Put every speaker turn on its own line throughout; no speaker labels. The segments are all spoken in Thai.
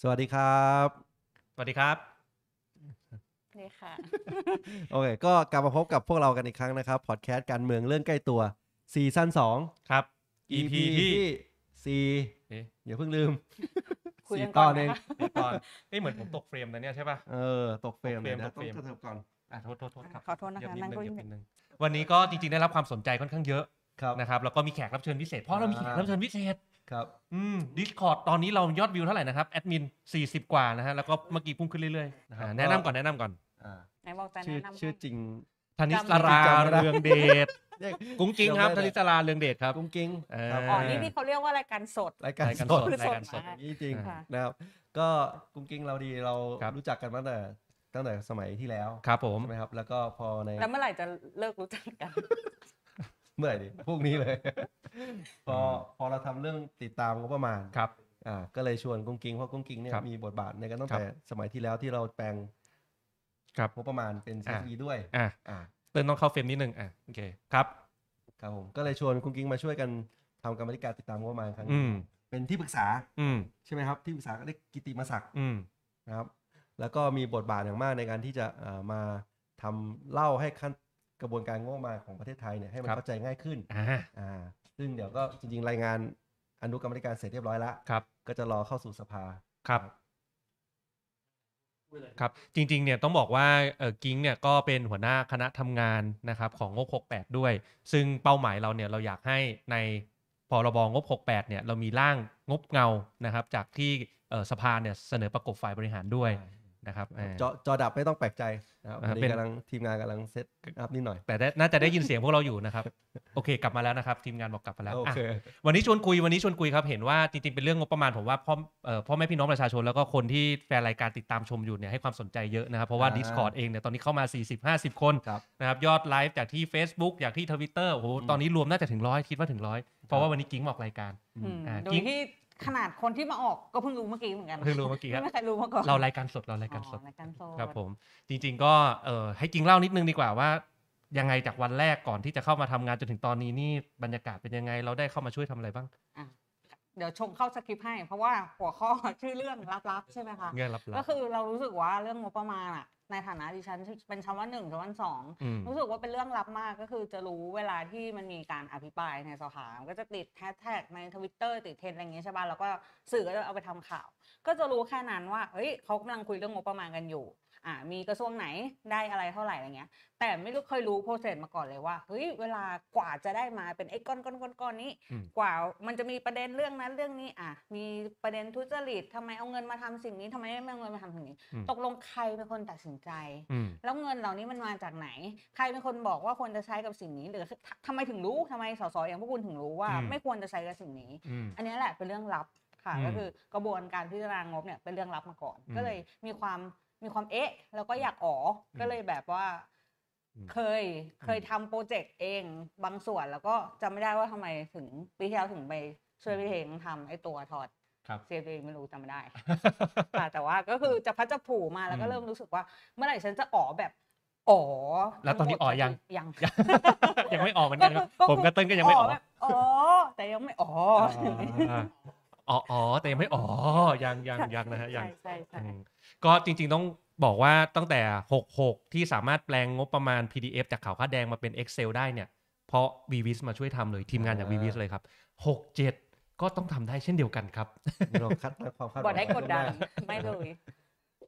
สวัสดีครับ
สวัสดีครับ
เลยค่ะ
โอเค ก็กลับมาพบกับพวกเรากันอีกครั้งนะครับ พอดแคสต์การเมืองเรื่องใกล้ตัวซีซั่น2
ครับ EP ที่
สี่
เอ๊ะ
อย่าเพิ่งลืม
คุยกัน
ต
ก่
อ
อน น
เอง
นะคะ
เดี๋ยวก่อนเอ้ยเหมือนผมตกเฟรมนะเนี่ยใช่ป่ะ
เออ ตกเฟรมเลยนะ
ต
ต้
ก
อง
เฟรม
กระเถิบก่อน
อ่ะโทษโทษโทษครับ
ขอโทษนะคะ
เหยียบ
นั่ง
ด
เก้าอี้
เหยียบนิดนึงวันนี้ก็จริงๆได้รับความสนใจค่อนข้างเยอะ
ครับ
นะครับ แล้วก็มีแขกรับเชิญพิเศษ เพราะเรามีแขกรับเชิญพิเศษ
ครับ
อืม Discord ตอนนี้เรายอดวิวเท่าไหร่นะครับ แอดมิน 40 กว่านะฮะ แล้วก็เมื่อกี้พุ่งขึ้นเรื่อยๆนะ
ครั
ฮะ
บ
แนะนำก่อนแนะนำก่อน
อ่า
ไหนบอกจะ
ชื่อ
แนะนำ
ชื่อ
ให้
จริง
ธนิสรา
จำไม่ได้
เรืองเดช
เรียก
กุ้งกิ้งครับ
จำไม่ได้
ธนิสราเรืองเดชครับ
กุ้งกิ้ง
เออ
ครับ
อ๋อ นี่ที่เขาเรียกว่ารายการสด
รายการ
รายการ
ส
ส
ด
ด
คือสด
รายการสด
มาก
นี่จริง
ค่ะ
นะครับ ก็กุ้งกิ้งเราดีเรา
ครับ
รู้จักกันมาตั้งแต่ตั้งแต่สมัยที่แล้ว
ครับผม
ใช่ไหมครับ แล้วก็พอใน
แล้วเมื่อไหร่จะเลิกรู้จักกัน
เมื่อไหร่ดิ พรุ่งนี้เลย พอ
อืม
พอเราทำเรื่องติดตามงบประมาณ
ครับ
อ่าก็เลยชวนกุ้งกิ้งเพราะกุ้งกิ้งเนี่ย
ครับ
มีบทบาทในการตั้ง
ครับ
แต่สมัยที่แล้วที่เราแปลง
ครับ
งบประมาณเป็น
อ่า
ซีีด้วย
อ่ะ
อ่า
เติร์นต้องเข้าเฟรมนิดนึงอ่ะโอเคครับ
ครับผมก็เลยชวนกุ้งกิ้งมาช่วยกันทำกรรมธิการติดตามงบประมาณครั้ง
อื
นี้
ม
เป็นที่ปรึกษา
อืม
ใช่ไหมครับ ที่ปรึกษาก็ได้กิติมศักดิ์
อืม
นะครับ แล้วก็มีบทบาทอย่างมากในการที่จะอ่ามาทำเล่าให้ขั้นกระบวนการงบประมาณของประเทศไทยเนี่ยให้มัน
ครับ
เข้าใจง่ายขึ้น
อ่า
อ่าซึ่งเดี๋ยวก็จริงๆ รายงานอนุกรรมธิการเสร็จเรียบร้อยแล้ว
ครับ
ก็จะรอเข้าสู่สภา
ครับครับจริงๆเนี่ยต้องบอกว่าเออกิ้งเนี่ยก็เป็นหัวหน้าคณะทำงานนะครับของงบ 68 ด้วย ซึ่งเป้าหมายเราเนี่ยเราอยากให้ในพรบงบ 68 เนี่ยเรามีร่างงบเงานะครับจากที่เอ่อสภาเนี่ยเสนอประกบฝ่ายบริหารด้วยนะครับอ่า
จอจอดับไม่ต้องแปลกใจนะครับ
อ่า
วัน
เป็
นี้
น
กำลังทีมงานกำลังเซตอัพนิดหน่อย
แต่ได้น่าจะได้ยินเสียงพวกเราอยู่นะครับ โอเค กลับมาแล้วนะครับ ทีมงานบอกกลับมาแล้ว
โอ
อ่ะ
เค
วันนี้ชวนคุยวันนี้ชวนคุยครับเห็นว่าจริงๆเป็นเรื่องงบประมาณผมว่าพ่อเอ่อพ่อแม่พี่น้องประชาชนแล้วก็คนที่แฟนรายการติดตามชมอยู่เนี่ยให้ความสนใจเยอะนะครับ เพราะว่า
อ่า
Discord เองเนี่ยตอนนี้เข้ามา 40 50 คน
ครับ
นะครับยอดไลฟ์จากที่ Facebook จากที่ Twitter โอ้โห
อืม
ตอนนี้รวมน่าจะถึงร้อยคิดว่าถึงร้อย
ค
เพ
รับ
ราะว่าวันนี้กิ้งออกรายการ
อืม
อ่า
โด
กิ๊
ย
ก
ที่ขนาดคนที่มาออกก็เพิ่งรู้เมื่อกี้เหมือนกัน
เพิ่งรู้เมื่อกี้ครับ
ไม่เคยรู้มาก่อน
เรารายการสดเรารายการสด
อ๋อรายการสด
ครับผมจริง ๆ ก็เอ่อให้กิ้งเล่านิดนึงดีกว่าว่า ยังไงจากวันแรกก่อนที่จะเข้ามาทำงานจนถึงตอนนี้นี่บรรยากาศเป็นยังไงเราได้เข้ามาช่วยทำอะไรบ้าง
เดี๋ยวชงเข้าสคริปต์ให้ เพราะว่าหัวข้อ ชื่อเรื่องลับๆ ใช่ไหมคะ
เงื่อนรับๆ
ก็คือเรารู้สึกว่าเรื่องงบประมาณอะในฐานะดิฉันเป็นชั้นว่าหนึ่งชั้นว่าสอง
ม
รู้สึกว่าเป็นเรื่องลับมากก็คือจะรู้เวลาที่มันมีการอภิปรายในสภามันก็จะติดแฮชแท็กในทวิตเตอร์ติดเทรนด์อะไรอย่างเงี้ยใช่ป่ะแล้วก็สื่อก็จะเอาไปทำข่าว ก็จะรู้แค่นั้นว่าเฮ้ยเขากำลังคุยเรื่องงบประมาณกันอยู่อ่ามีกระทรวงไหนได้อะไรเท่าไหร่อะไรเงี้ย แต่ไม่รู้เคยรู้โปรเซสมาก่อนเลยว่าเฮ้ยเวลากว่าจะได้มาเป็นไอ้ก้อนก้อนก้อนก้อนนี้
อืม
กว่ามันจะมีประเด็นเรื่องนั้นเรื่องนี้อ่ะมีประเด็นทุจริตทำไมเอาเงินมาทำสิ่งนี้ทำไมไม่เอาเงินมาทำสิ่งนี้ ตกลงใครเป็นคนตัดสินใจ
อืม
แล้วเงินเหล่านี้มันมาจากไหน ใครเป็นคนบอกว่าควรจะใช้กับสิ่งนี้ หรือททำไมถึงรู้ทำไมสสอย่างพวกคุณถึงรู้ว่า
อืม
ไม่ควรจะใช้กับสิ่งนี้
อืม
อันนี้แหละเป็นเรื่องลับค่ะ
อืม
ก็คือกระบวนการพิจารณางบเนี่ยเป็นเรื่องลับมาก่อน
อืม
ก็เลยมีความมีความเอ๊ะ แล้วก็อยากอ๋ออ
ม
ก็เลยแบบว่า
อืม
เคยเคย
อืม
ทำโปรเจกต์เองบางส่วนแล้วก็จำไม่ได้ว่าทำไมถึงปีที่แล้วถึงไปช่วยพี่เทงทำไอ้ตัวถอด
ครับ
เซฟตัวเองไม่รู้จำไม่ได้ ค่ะแต่ว่าก็คือจะพัดจะผูมาแล้วก็
อืม
เริ่มรู้สึกว่า เมื่อไหร่ฉันจะอ๋อแบบอ๋อ
แล้วตอนนี้อ๋อยัง
ยัง
ยังไม่ออกเหมือนกันครับผมกับเติ้ลก็ยังไม่ออก
แบบอ๋อแต่ยังไม่อ๋อ
อ่าอ๋ออ๋อแต่ยังไม่อ๋อยังยังยังนะฮะยัง
ใช่ใช่ใช่
อืมก็จริงๆต้องบอกว่าตั้งแต่ 66 ที่สามารถแปลงงบประมาณ PDF จากขาวค่าแดงมาเป็น Excel ได้เนี่ย เพราะ v v i s มาช่วยทำเลยทีมงานจาก v v i s เลยครับ 67 ก็ต้องทำได้เช่นเดียวกันครับ
เราคัดความคาดห
บ
วั
อก
ง
ได้กดดัน
ล่วงห
ไม่เลย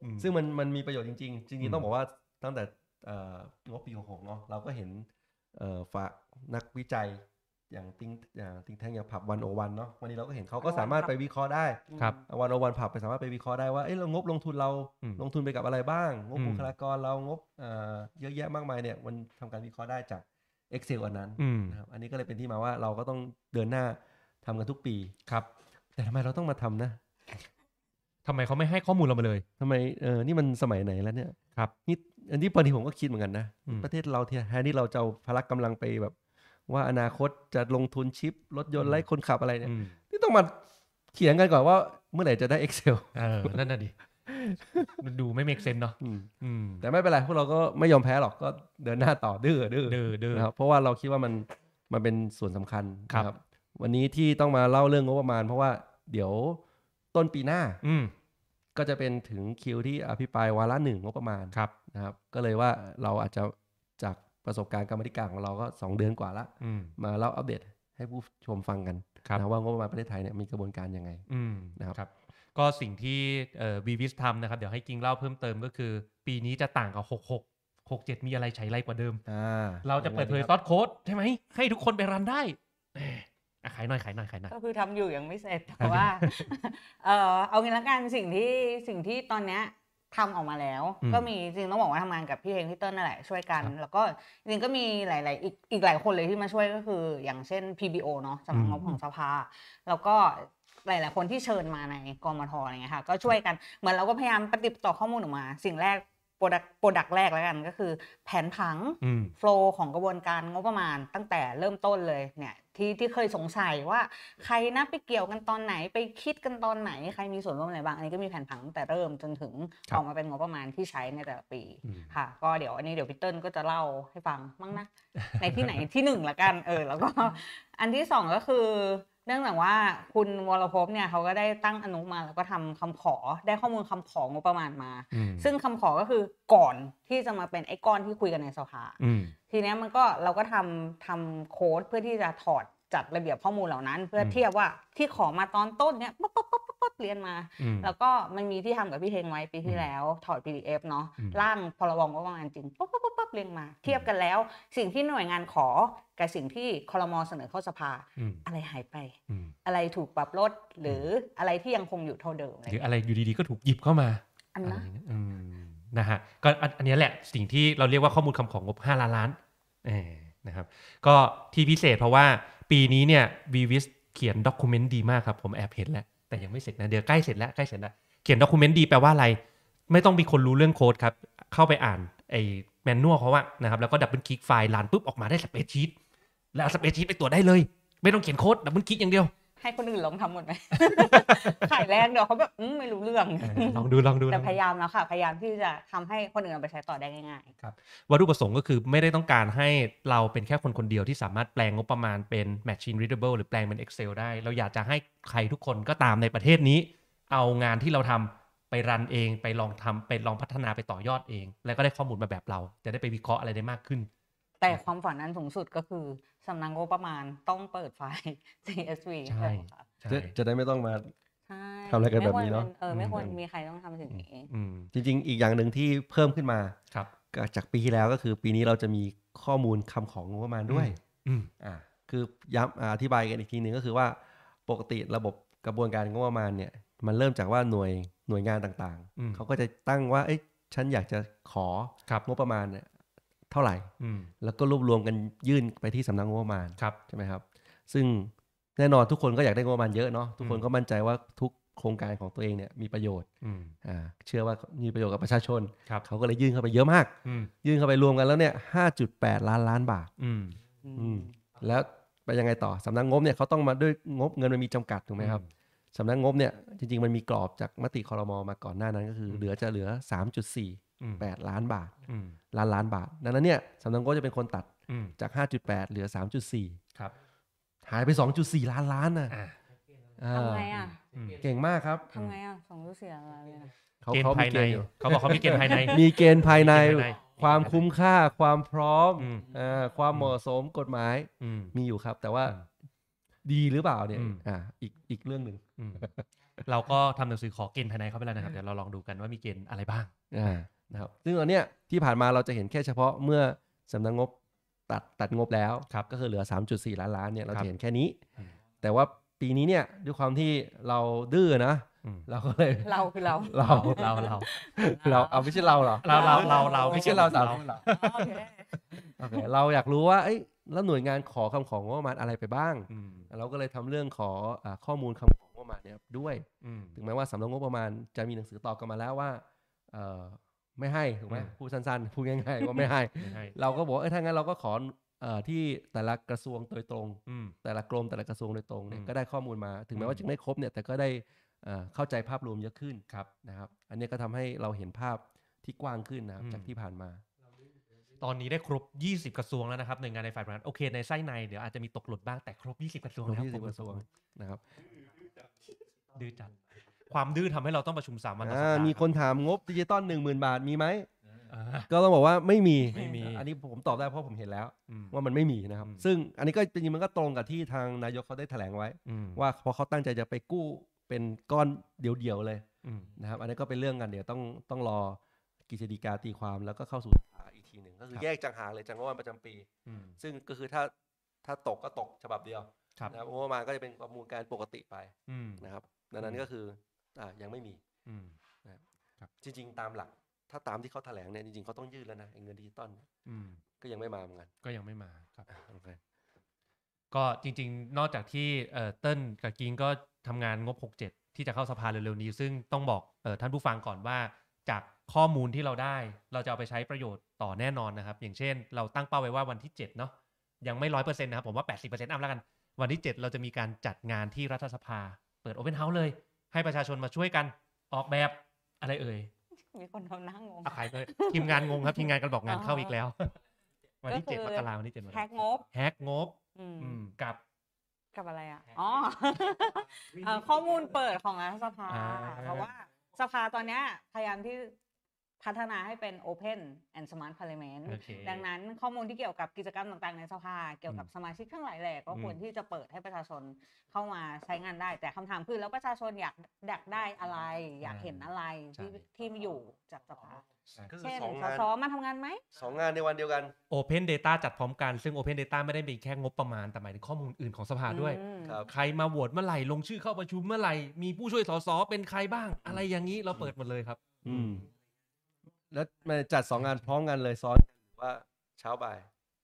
อืม
ซึ่งมันมันมีประโยชน์จริงๆ จ
อื
ริง
ม
ๆต้องบอกว่าตั้งแต่เอ่องบปีหกเนาะเราก็เห็นเอ่อฝากนักวิจัยอย่างติงอย่างติงแทงอย่างผับวันโอวันเนาะวันนี้เราก็เห็นเขาก็สามารถไปวิเคราะห์ได้
ครับ
วันอวันผับไปสามารถไปวิเคราะห์ได้ว่าเอ้ยเรางบลงทุนเรา
อืม
ลงทุนไปกับอะไรบ้าง งบ
อืม
บุคลากรเรางบเอ่อเยอะแยะมากมายเนี่ยมันทำการวิเคราะห์ได้จาก Excel อันนั้น
อืม
นะครับอันนี้ก็เลยเป็นที่มาว่าเราก็ต้องเดินหน้าทำกันทุกปี
ครับ
แต่ทำไมเราต้องมาทำนะ
ทำไมเขาไม่ให้ข้อมูลเรามาเลย
ทำไมเออนี่มันสมัยไหนแล้วเนี่ย
ครับ
นี่อันนี้พอดีผมก็คิดเหมือนกันนะ
อืม
ประเทศเราที่แทนที่เราจะเอาพละกำลังไปแบบ ว่าอนาคตจะลงทุนชิปรถยนต์ไล่คนขับอะไรเนี่ย
อืม
นี่ต้องมาเขียนกันก่อนว่าเมื่อไหร่จะได้ Excel
เออนั่นน่ะดิมันดูไม่เมกเซนเนาะ
อืม
อืม
แต่ไม่เป็นไรพวกเราก็ไม่ยอมแพ้หรอกก็เดินหน้าต่อดื้อดื้อ
เดือเดือ
นะครับเพราะว่าเราคิดว่ามันมันเป็นส่วนสำคัญ
ครับ
นะวันนี้ที่ต้องมาเล่าเรื่องงบประมาณ เพราะว่าเดี๋ยวต้นปีหน้า
อืม
ก็จะเป็นถึงคิวที่อภิปรายวาระหนึ่งงบประมาณ
ครับ
นะครับ ก็เลยว่าเราอาจจะจากประสบการณ์กรรมธิการของเราก็ 2 เดือนกว่าละ
อืม
มาเล่าอัปเดตให้ผู้ชมฟังกัน
ครับ
นะว่างบประมาณประเทศไทยเนี่ยมีกระบวนการยังไง
อืม
นะครับ
ครับ ก็สิ่งที่เอ่อวีวิสทำนะครับ เดี๋ยวให้กิงเล่าเพิ่มเติมก็คือ ปีนี้จะต่างกับ 6 6 6 7 มีอะไรใช้ไรกว่าเดิม
อ่
เราจะเปิดเผยซอสโค้ดใช่ไหม ให้ทุกคนไปรันได้แหมอ่ะขายหน่อยขายหน่อยขายหน่อย
ก็คือทำอยู่ยังไม่เส ร็จแต่ว่า เออเอางี้ละกันสิ่งที่สิ่งที่ตอนเนี้ยทำออกมาแล้ว
อืม
ก็มีจริงต้องบอกว่าทำงานกับพี่เฮงพี่เติ้ลนั่นแหละช่วยกัน
ครับ
แล้วก็จริงก็มีหลาย ๆ อีกอีกหลายคนเลยที่มาช่วยก็คือ อย่างเช่น PBO เนาะสำนักงบ
อืม
ของสภา แล้วก็หลาย ๆ คนที่เชิญมาในกมทอะไรเงี้ยค่ะก็ช่วยกันเหมือนเราก็พยายามปฏิบัติต่อข้อมูลออกมา สิ่งแรกโปรดักโปรดักแรกแล้วกันก็คือ แผนผัง
อืม
โฟลว์ของกระบวนการงบประมาณตั้งแต่เริ่มต้นเลยเนี่ยที่ที่เคยสงสัยว่าใครนะไปเกี่ยวกันตอนไหนไปคิดกันตอนไหน ใครมีส่วนร่วมอะไรบ้าง อันนี้ก็มีแผนผังตั้งแต่เริ่มจนถึง
ครับ
ออกมาเป็นงบประมาณที่ใช้ในแต่ละปี
อืม
ค่ะ ก็เดี๋ยวอันนี้เดี๋ยวพี่เติ้ลก็จะเล่าให้ฟังมั้งนะ ในที่ไหน ที่หนึ่งละกันเออแล้วก็ อันที่สองก็คือ เนื่องจากว่าคุณวรภพเนี่ยเขาก็ได้ตั้งอนุมาแล้วก็ทำคำขอได้ข้อมูลคำของบประมาณมา
อืม
ซึ่งคำขอก็คือก่อนที่จะมาเป็นไอ้ก้อนที่คุยกันในสภา
อืม
ทีเนี้ยมันก็เราก็ทำทำโค้ดเพื่อที่จะถอดจัดระเบียบข้อมูลเหล่านั้น เพื่อ
ม
เทียบว่าที่ขอมาตอนต้นเนี่ยป๊บป๊บป๊บป๊บป๊บเรียนมา
อืม
แล้วก็มันมีที่ทำกับพี่เฮงไว้ปีที่
อืม
แล้ว ถอด PDF เนาะ
อืม
ร่างพรบงบประมาณจริงป๊บป๊บป๊บป๊บเรียงมา เทียบกันแล้ว สิ่งที่หน่วยงานขอกับสิ่งที่คลมเสนอเข้าสภา
อืม
อะไรหายไป
อืม
อะไรถูกปรับลดหรืออะไรที่ยังคงอยู่เท่าเดิมอะไร
หรือ
เงี้ย
อะไรอยู่ดีๆก็ถูกหยิบเข้ามา
อัน
อะไร
นะ
อย่างเงี้ยอืมนะฮะก็อันอันเนี้ยแหละสิ่งที่เราเรียกว่าข้อมูลคำของงบ 5 ล้านล้านเออนะครับ ก็ที่พิเศษเพราะว่าปีนี้เนี่ยวีวิสเขียนด็อกิเมนต์ดีมากครับ ผมแอบเห็นแล้ว แต่ยังไม่เสร็จนะเดี๋ยวใกล้เสร็จแล้วใกล้เสร็จแล้ว เขียนด็อกิเมนต์ดีแปลว่าอะไร ไม่ต้องมีคนรู้เรื่องโค้ดครับ เข้าไปอ่านไอ้แมนนวลเขาว่านะครับแล้วก็ดับเบิลคลิกไฟล์ลานปุ๊บออกมาได้สเปซชีตแล้วเอาสเปซชีตไปตรวจได้เลย ไม่ต้องเขียนโค้ดดับเบิลคลิกอย่างเดียว
ให้คนอื่นลองทำหมดไหม ขายแรงเดี๋ยวเขาแบบอืมไม่รู้เรื่อง
ลองดูลองดู
แต่
ลอง
พ
ดู
ยายามแล้วค่ะ พยายามที่จะทำให้คนอื่นเอาไปใช้ต่อได้ง่ายๆ
วัตถุประสงค์ก็คือไม่ได้ต้องการให้เราเป็นแค่คนคนเดียวที่สามารถแปลงงบประมาณเป็น Machine Readable หรือแปลงเป็น Excel ได้ เราอยากจะให้ใครทุกคนก็ตามในประเทศนี้ เอางานที่เราทำไปรันเองไปลองทำไปลองพัฒนาไปต่อยอดเอง แล้วก็ได้ข้อมูลมาแบบเรา จะได้ไปวิเคราะห์อะไรได้มากขึ้น
แต่ความฝันนั้นสูงสุดก็คือ สำนักงบประมาณต้องเปิดไฟ ล์ CSV
ใช่
ค่ะ
ใช่
จะจะได้ไม่ต้องมา
ใช่
ทำอะไรกัน
ม่คว
แบบนี้เนอะ
เออไม่ควร
อืม
มีใครต้องทำสิ่งนี้
อืม
จริง ๆ อีกอย่างหนึ่งที่เพิ่มขึ้นมา
ครับ
จากปีที่แล้วก็คือปีนี้เราจะมีข้อมูลคำของงบประมาณด้วย
อืม
อ่าคือย้ำอ่าอธิบายกันอีกทีหนึ่งก็คือว่าปกติระบบกระบวนการงบประมาณเนี่ยมันเริ่มจากว่าหน่วยหน่วยงานต่าง
อืม
ๆ เขาก็จะตั้งว่าเอ้ยฉันอยากจะขอ
ครับ
งบประมาณเนี่ยเท่าไหร่
อืม
แล้วก็รวบรวมกันยื่นไปที่สำนักงบประมาณ
ครับ
ใช่ไหมครับ ซึ่งแน่นอนทุกคนก็อยากได้งบประมาณเยอะเนาะทุกคน
อืม
ก็มั่นใจว่าทุกโครงการของตัวเองเนี่ยมีประโยชน์
อืม
อ่าเชื่อว่ามีประโยชน์กับประชาชน
ครับ
เขาก็เลยยื่นเข้าไปเยอะมาก
อืม
ยื่นเข้าไปรวมกันแล้วเนี่ย5.8 ล้านล้านบาท
อืม
อื
อืม
ม
แล้วไปยังไงต่อสำนักงบเนี่ยเขาต้องมาด้วยงบเงินมันมีจำกัดถูกไหมครับสำนักงบเนี่ยจริง ๆ มันมีกรอบจากมติคอรมอมาก่อนหน้านั้นก็คืออ
ม
เหลือจะเหลือ
อืม
3.48 ล้านบาท
อืม
ล้านล้านบาทดังนั้นเนี่ยสำนักงบจะเป็นคนตัด
อืม
จาก 5.8 เหลือ
ครับ
3.4 หายไป 2.4 ล้านล้านนะ
อ่า
อ่า
ทำไงอ่ะ
อืม
เก่งมากครับ
ทำไงอ่ะสองรู้เสียอะไรเลยอะ
เขา
เกณ
เขา
ฑ์ภา
มี
ย
เกณ
ใน
ฑ์อยู่
เขาบอกเขามีเกณฑ์ภายใน
มีเกณฑ์ภายใน
เกณฑ์ภายใน
ความคุ้มค่าความพร้อม
อืม
อ่าความเหมาะสมกฎหมาย
อืม
มีอยู่ครับ แต่ว่า
อืม
ดีหรือเปล่าเนี่ย
อืม
อ่าอีกอีกเรื่องหนึ่ง
อืม เราก็ทำหนังสือขอเกณฑ์ภายในเขาไปแล้วนะครับ เดี๋ยวเราลองดูกันว่ามีเกณฑ์อะไรบ้าง
อ่านะครับซึ่งตอนเนี้ยที่ผ่านมาเราจะเห็นแค่เฉพาะเมื่อสำนักงบตัดตัดงบแล้ว
ครับ
ก็คือเหลือ 3.4 ล้านล้านเนี่ยเรา
ครับ
จะเห็นแค่นี้
อืม
แต่ว่าปีนี้เนี่ยด้วยความที่เราดื้อนะ
อืม
เราก็ เลย
เราคือเรา
เรา
เราเรา
เราเอาไม่ใช่เราเหรอ
เราเราเราเรา
ไม่ใช่เราสามคนเหรอ
โอเค
โอเคเราอยากรู้ว่าเอ้ยแล้วหน่วยงานขอคำของงบประมาณอะไรไปบ้าง
อืม
เราก็เลยทำเรื่องขออาข้อมูลคำของงบประมาณเนี่ยด้วย
อืม
ถึงแม้ว่าสำนักงบประมาณจะมีหนังสือตอบกลันมาแล้วว่าเอ่อไม่ให้ถูกไหม
อืม
พูดสั้นๆพูด ง่ายๆว่าไม่ให้
ไม่ให้
เราก็บอกว่าเออถ้างั้นเราก็ขอเอ่อที่แต่ละกระทรวงโดยตรง
อืม
แต่ละกรมแต่ละกระทรวงโดยตรงเนี่ย
อืม
ก็ได้ข้อมูลมา ถึง
อื
แม้
ม
ว่าจะไม่ครบเนี่ยแต่ก็ได้เอ่อเข้าใจภาพรวมเยอะขึ้น
ครับ
นะครับ อันนี้ก็ทำให้เราเห็นภาพที่กว้างขึ้นนะครับ
อืม
จากที่ผ่านมา
ตอนนี้ได้ครบ 20 กระทรวงแล้วนะครับหน่วยงานในฝ่ายบริหารโอเคในไส้ในเดี๋ยวอาจจะมีตกหล่นบ้างแต่ครบ 20 กระทรวง
รวม
แล้ว
ที่สิบ
ค
กระทรวงนะครับ
ดื้อจัด ความดื้อทำให้เราต้องประชุมสามวันต่อสัป
อ่า
ดาห์
มีคนถามงบดิจิตอลหนึ่งหมื่นบาทมีไหม ก็ต้องบอกว่าไม่มี
ไม่มี
อันนี้ผมตอบได้เพราะผมเห็นแล้ว
อืม
ว่ามันไม่มีนะครับ
อืม
ซึ่งอันนี้ก็จริงๆมันก็ตรงกับที่ทางนายกเขาได้แถลงไว้
อืม
ว่าเพราะเขาตั้งใจจะไปกู้เป็นก้อนเดี่ยวๆเลย
อืม
นะครับ อันนี้ก็เป็นเรื่องกันเดี๋ยวต้องต้องรอกิจดีกาตีความแล้วก็เข้าสู่สภาอีกทีหนึ่งก็คือ
ครับ
แยกจังหากเลยจากงบประมาณประจำปี
อืม
ซึ่งก็คือถ้าถ้าตกก็ตกฉบับเดียว
ครับ
นะครับงบประมาณก็จะเป็นประมูลการปกติไป
อืม
นะครับดังนั้นก็คืออ่ายังไม่มี
อืม
จริง ๆ ตามหลัก ถ้าตามที่เขาแถลงเนี่ยจริงๆเขาต้องยืดแล้วนะไอ้เงินดิจิตอลเนี่ย
อืม
ก็ยังไม่มาเหมือนกัน
ก็ยังไม่มาครับ
โอเค
ก็จริงๆ นอกจากที่เอ่อเติ้ลกับกิงก็ทำงานงบ 67 ที่จะเข้าสภาเร็วๆนี้ ซึ่งต้องบอกเอ่อท่านผู้ฟังก่อนว่า จากข้อมูลที่เราได้ เราจะเอาไปใช้ประโยชน์ต่อแน่นอนนะครับ อย่างเช่น เราตั้งเป้าไว้ว่าวันที่ 7 เนาะยังไม่ร้อยเปอร์เซ็นต์นะครับผมว่า 80%อัพแล้วกัน วันที่ 7 เราจะมีการจัดงานที่รัฐสภา เปิดโอเ n นเฮาส์เลย ให้ประชาชนมาช่วยกันออกแบบอะไรเอ่ย
มีคนทำหนั่งงง
อ่ะขายเลยทีมงานงงครับทีมงานกันบอกงานเข้าอีกแล้ว วันที่
ก็คื
7
อ
มกราวันที่7มกรา
แฮกงบ
แฮกงบ
อืม
อืมกับ
กับอะไรอ่ะอ๋อ เอ่อข้อมูลเปิดของรัฐสภา
อ่า
เพราะว่าสภาตอนเนี้ยพยายามที่พัฒนาให้เป็น Open and Smart Parliament
โอเค
ดังนั้นข้อมูลที่เกี่ยวกับกิจกรรมต่างๆในสภา เกี่ยวกับ
อืม
สมาชิกทั้งหลายแหล่ก็
อืม
ควรที่จะเปิดให้ประชาชนเข้ามาใช้งานได้ แต่คำถามคือแล้วประชาชนอยากอยากได้อะไร อยากเห็นอะไรที่ที่มีอยู่จากสภา
ก็คือ
เช่น
สอง
ส
งาน
สมาทำงานไหม
สองงานในวันเดียวกัน
Open Data จัดพร้อมกัน ซึ่ง Open Data ไม่ได้มีแค่งบประมาณ แต่หมายถึงข้อมูลอื่นของสภาด้วย
อืม
ครับ
ใครมาโหวตเมื่อไหร่ ลงชื่อเข้าประชุมเมื่อไหร่ มีผู้ช่วยสสเป็นใครบ้าง อะไรอย่างนี้เราเปิดหมดเลยครับ
อืม แล้วมันจัดสองงานพร้อมกันเลยซ้อนกันหรือว่าเช้าบ่าย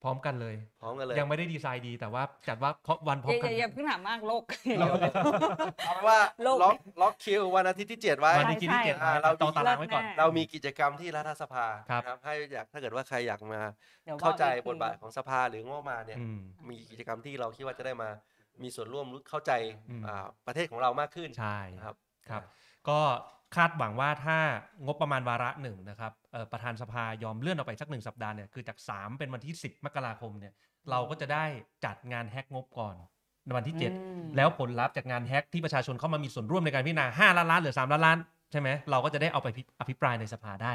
พร้อมกันเลย
พร้อมกันเลย
ยังไม่ได้ดีไซน์ดีแต่ว่าจัดว่าเพราะวันพร้อม
อ
กั
ย่าน อย่าอย่าเพิ่งถามมากโลก
เอาเป็นว่า
โลก
ล็อกล็อกคิววันอาทิตย์ที่ 7 ไว้
วันที่
ใช่
ที่เจ็ด
อ่า
นะ
เรา
ต่อ
มี
ตารางไว้ก่อน
เลิศแน่
เรามีกิจกรรมที่รัฐสภา
ครับ
นะให้อยากถ้าเกิดว่าใครอยากมา
ดี๋ยวบอก
เข้าใจ
อีกที
บทบาทของสภาหรืองบประมาณเนี่ย
อืม
มีกิจกรรมที่เราคิดว่าจะได้มา มีส่วนร่วมรู้เข้าใจ
อืม
อ่าประเทศของเรามากขึ้น
ใช่
นะครับ
ครับ ก็คาดหวังว่าถ้างบประมาณวาระหนึ่งนะครับเอ่อประธานสภายอมเลื่อนออกไปสักหนึ่งสัปดาห์เนี่ยคือจาก 3 เป็นวันที่ 10 มกราคมเนี่ยเราก็จะได้จัดงานแฮกงบก่อนในวันที่
อืม
7 แล้วผลลัพธ์จากงานแฮกที่ประชาชนเข้ามามีส่วนร่วมในการพิจารณา5ล้านล้านหรือ3ล้านล้านใช่ไหมเราก็จะได้เอาไปพิอภิปรายในสภาได้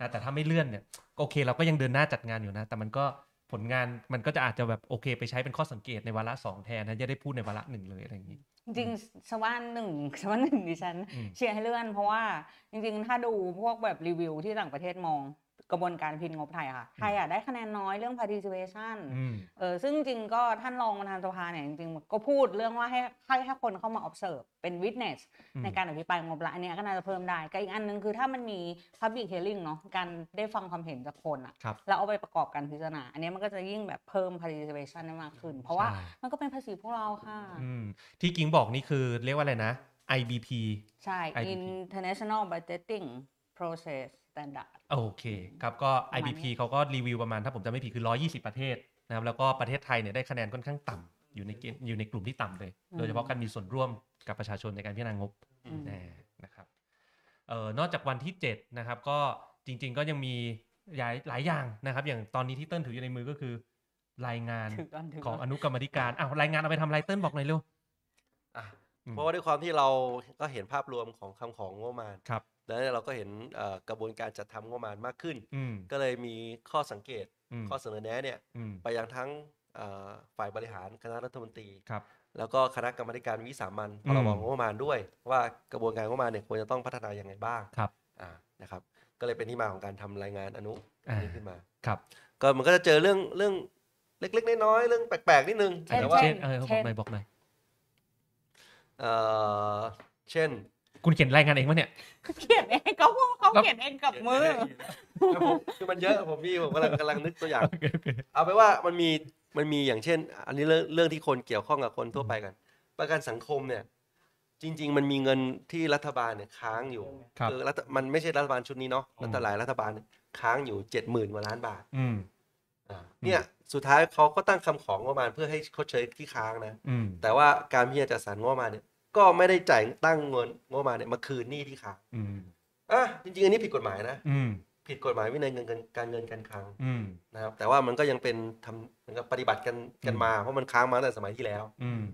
นะแต่ถ้าไม่เลื่อนเนี่ยก็โอเคเราก็ยังเดินหน้าจัดงานอยู่นะ แต่มันก็ผลงานมันก็จะอาจจะแบบโอเคไปใช้เป็นข้อสังเกตในวาระสองแทนนะจะได้พูดในวาระหนึ่งเลยอะไรอย่างนี้
จริงๆสว่านหนึ่ง สว่านหนึ่งดิฉัน
อืม
เชียร์ให้เลื่อนเพราะว่าจริงๆ ถ้าดูพวกแบบรีวิวที่ต่างประเทศมองกระบวนการพินงบไทยอะค่ะไทยอะได้คะแนนน้อยเรื่อง participation
อืม
เออซึ่งจริงๆก็ท่านรองประธานสภาเนี่ยจริงๆ ก็พูดเรื่องว่าให้ให้ให้คนเข้ามา observe เป็น witness
อืม
ในการอภิปรายงบละอันเนี้ยก็น่าจะเพิ่มได้ก็อีกอันหนึงคือถ้ามันมี public hearing เนาะการได้ฟังความเห็นจากคนอะ
ครับ
แล้วเอาไปประกอบการพิจารณาอันเนี้ยมันก็จะยิ่งแบบเพิ่ม participation ได้มากขึ้น เพราะว่า
ใช่
มันก็เป็นภาษีพวกเราค่ะ
อืมที่กิงบอกนี่คือเรียกว่าอะไรนะ IBP
ใช่
IBP
International Budgeting Process Standard
โอเคครับก็
ประมาณนี้
IBP เขาก็รีวิวประมาณถ้าผมจำไม่ผิดคือ 120 ประเทศนะครับแล้วก็ประเทศไทยเนี่ยได้คะแนนค่อนข้างต่ำอยู่ในเกณฑ์อยู่ในกลุ่มที่ต่ำเลย
อืม
โดยเฉพาะการมีส่วนร่วมกับประชาชนในการพิจารณางบ
อืม
แน่นะครับเอ่อนอกจากวันที่ 7 นะครับ ก็จริง ๆ ก็ยังมีหลายหลายอย่างนะครับ อย่างตอนนี้ที่เติ้ลถืออยู่ในมือก็คือ รายงาน
ถือก่อนถือ
ข
ก่
อ
อง น
อนุกรรมธิการอ้าวรายงานเอาไปทำอะไรเติ้ลบอกหน่อยเร็ว
อ่ะ
อืม
เพราะว่าด้วยความที่เราก็เห็นภาพรวมของคำของงบประมาณ
ครับ
แล้วเราก็เห็นเอ่อกระบวนการจัดทำงบประมาณมากขึ้น
อืม
ก็เลยมีข้อสังเกต
อืม
ข้อเสนอแนะเนี่ย
อืม
ไปยังทั้งเอ่อฝ่ายบริหารคณะรัฐมนตรี
ครับ
แล้วก็คณะกรรมาธิการวิสามัน
อื
พ
ม
รบงบประมาณด้วย ว่ากระบวนการงบประมาณเนี่ยควรจะต้องพัฒนาอย่างไรบ้าง
ครับ
อ่านะครับ ก็เลยเป็นที่มาของการทำรายงานอนุ
อ่า
นี้ขึ้นมา
ครับ
ก็มันก็จะเจอเรื่องเรื่องเล็กๆน้อยๆเรื่องแปลกๆนิดนึง
เช่น
แต่ว่า
เช่นเออบอกหน่อยบอกหน่อย
เอ่อเช่น
คุณเขียนรายงานเองปะเนี่ย
เขียนเองเขาเขาเขียนเองกับมือ
ครับผม คือมันเยอะผมมีผมกำลังกำลังนึกตัวอย่าง เอาไปนว่ามันมีมันมีอย่างเช่น อันนี้เรื่องเรื่องที่คนเกี่ยวข้องกับคนทั่วไปกัน ประกันสังคมเนี่ย จริง ๆ มันมีเงินที่รัฐบาลเนี่ยค้างอยู่
ครับ
อรัฐมันไม่ใช่รัฐบาลชุดนี้เนาะ
อืม
แต่หลายรัฐบาลเนี่ยค้างอยู่เจ็ดหมื่นกว่าล้านบาท
อืม
อ่า
อืม
เนี่ยสุดท้ายเขาก็ตั้งคำของงบประมาณเพื่อให้ชดเชยที่ค้างนะ
อืม
แต่ว่าการพิจารณาจัดสรรงบประมาณเนี่ยก็ไม่ได้จ่ายตั้งเงินงบประมาณเนี่ยมาคืนหนี้ที่ค้าง
อืม
อ่ะจริงๆอันนี้ผิดกฎหมายนะ
อืม
ผิดกฎหมายวินัยเงินการการเงินการคลัง
อืม
นะครับแต่ว่ามันก็ยังเป็นทำเหมือนกับปฏิบัติกันกัน
อืม
มา เพราะมันค้างมาตั้งแต่สมัยที่แล้ว
อืม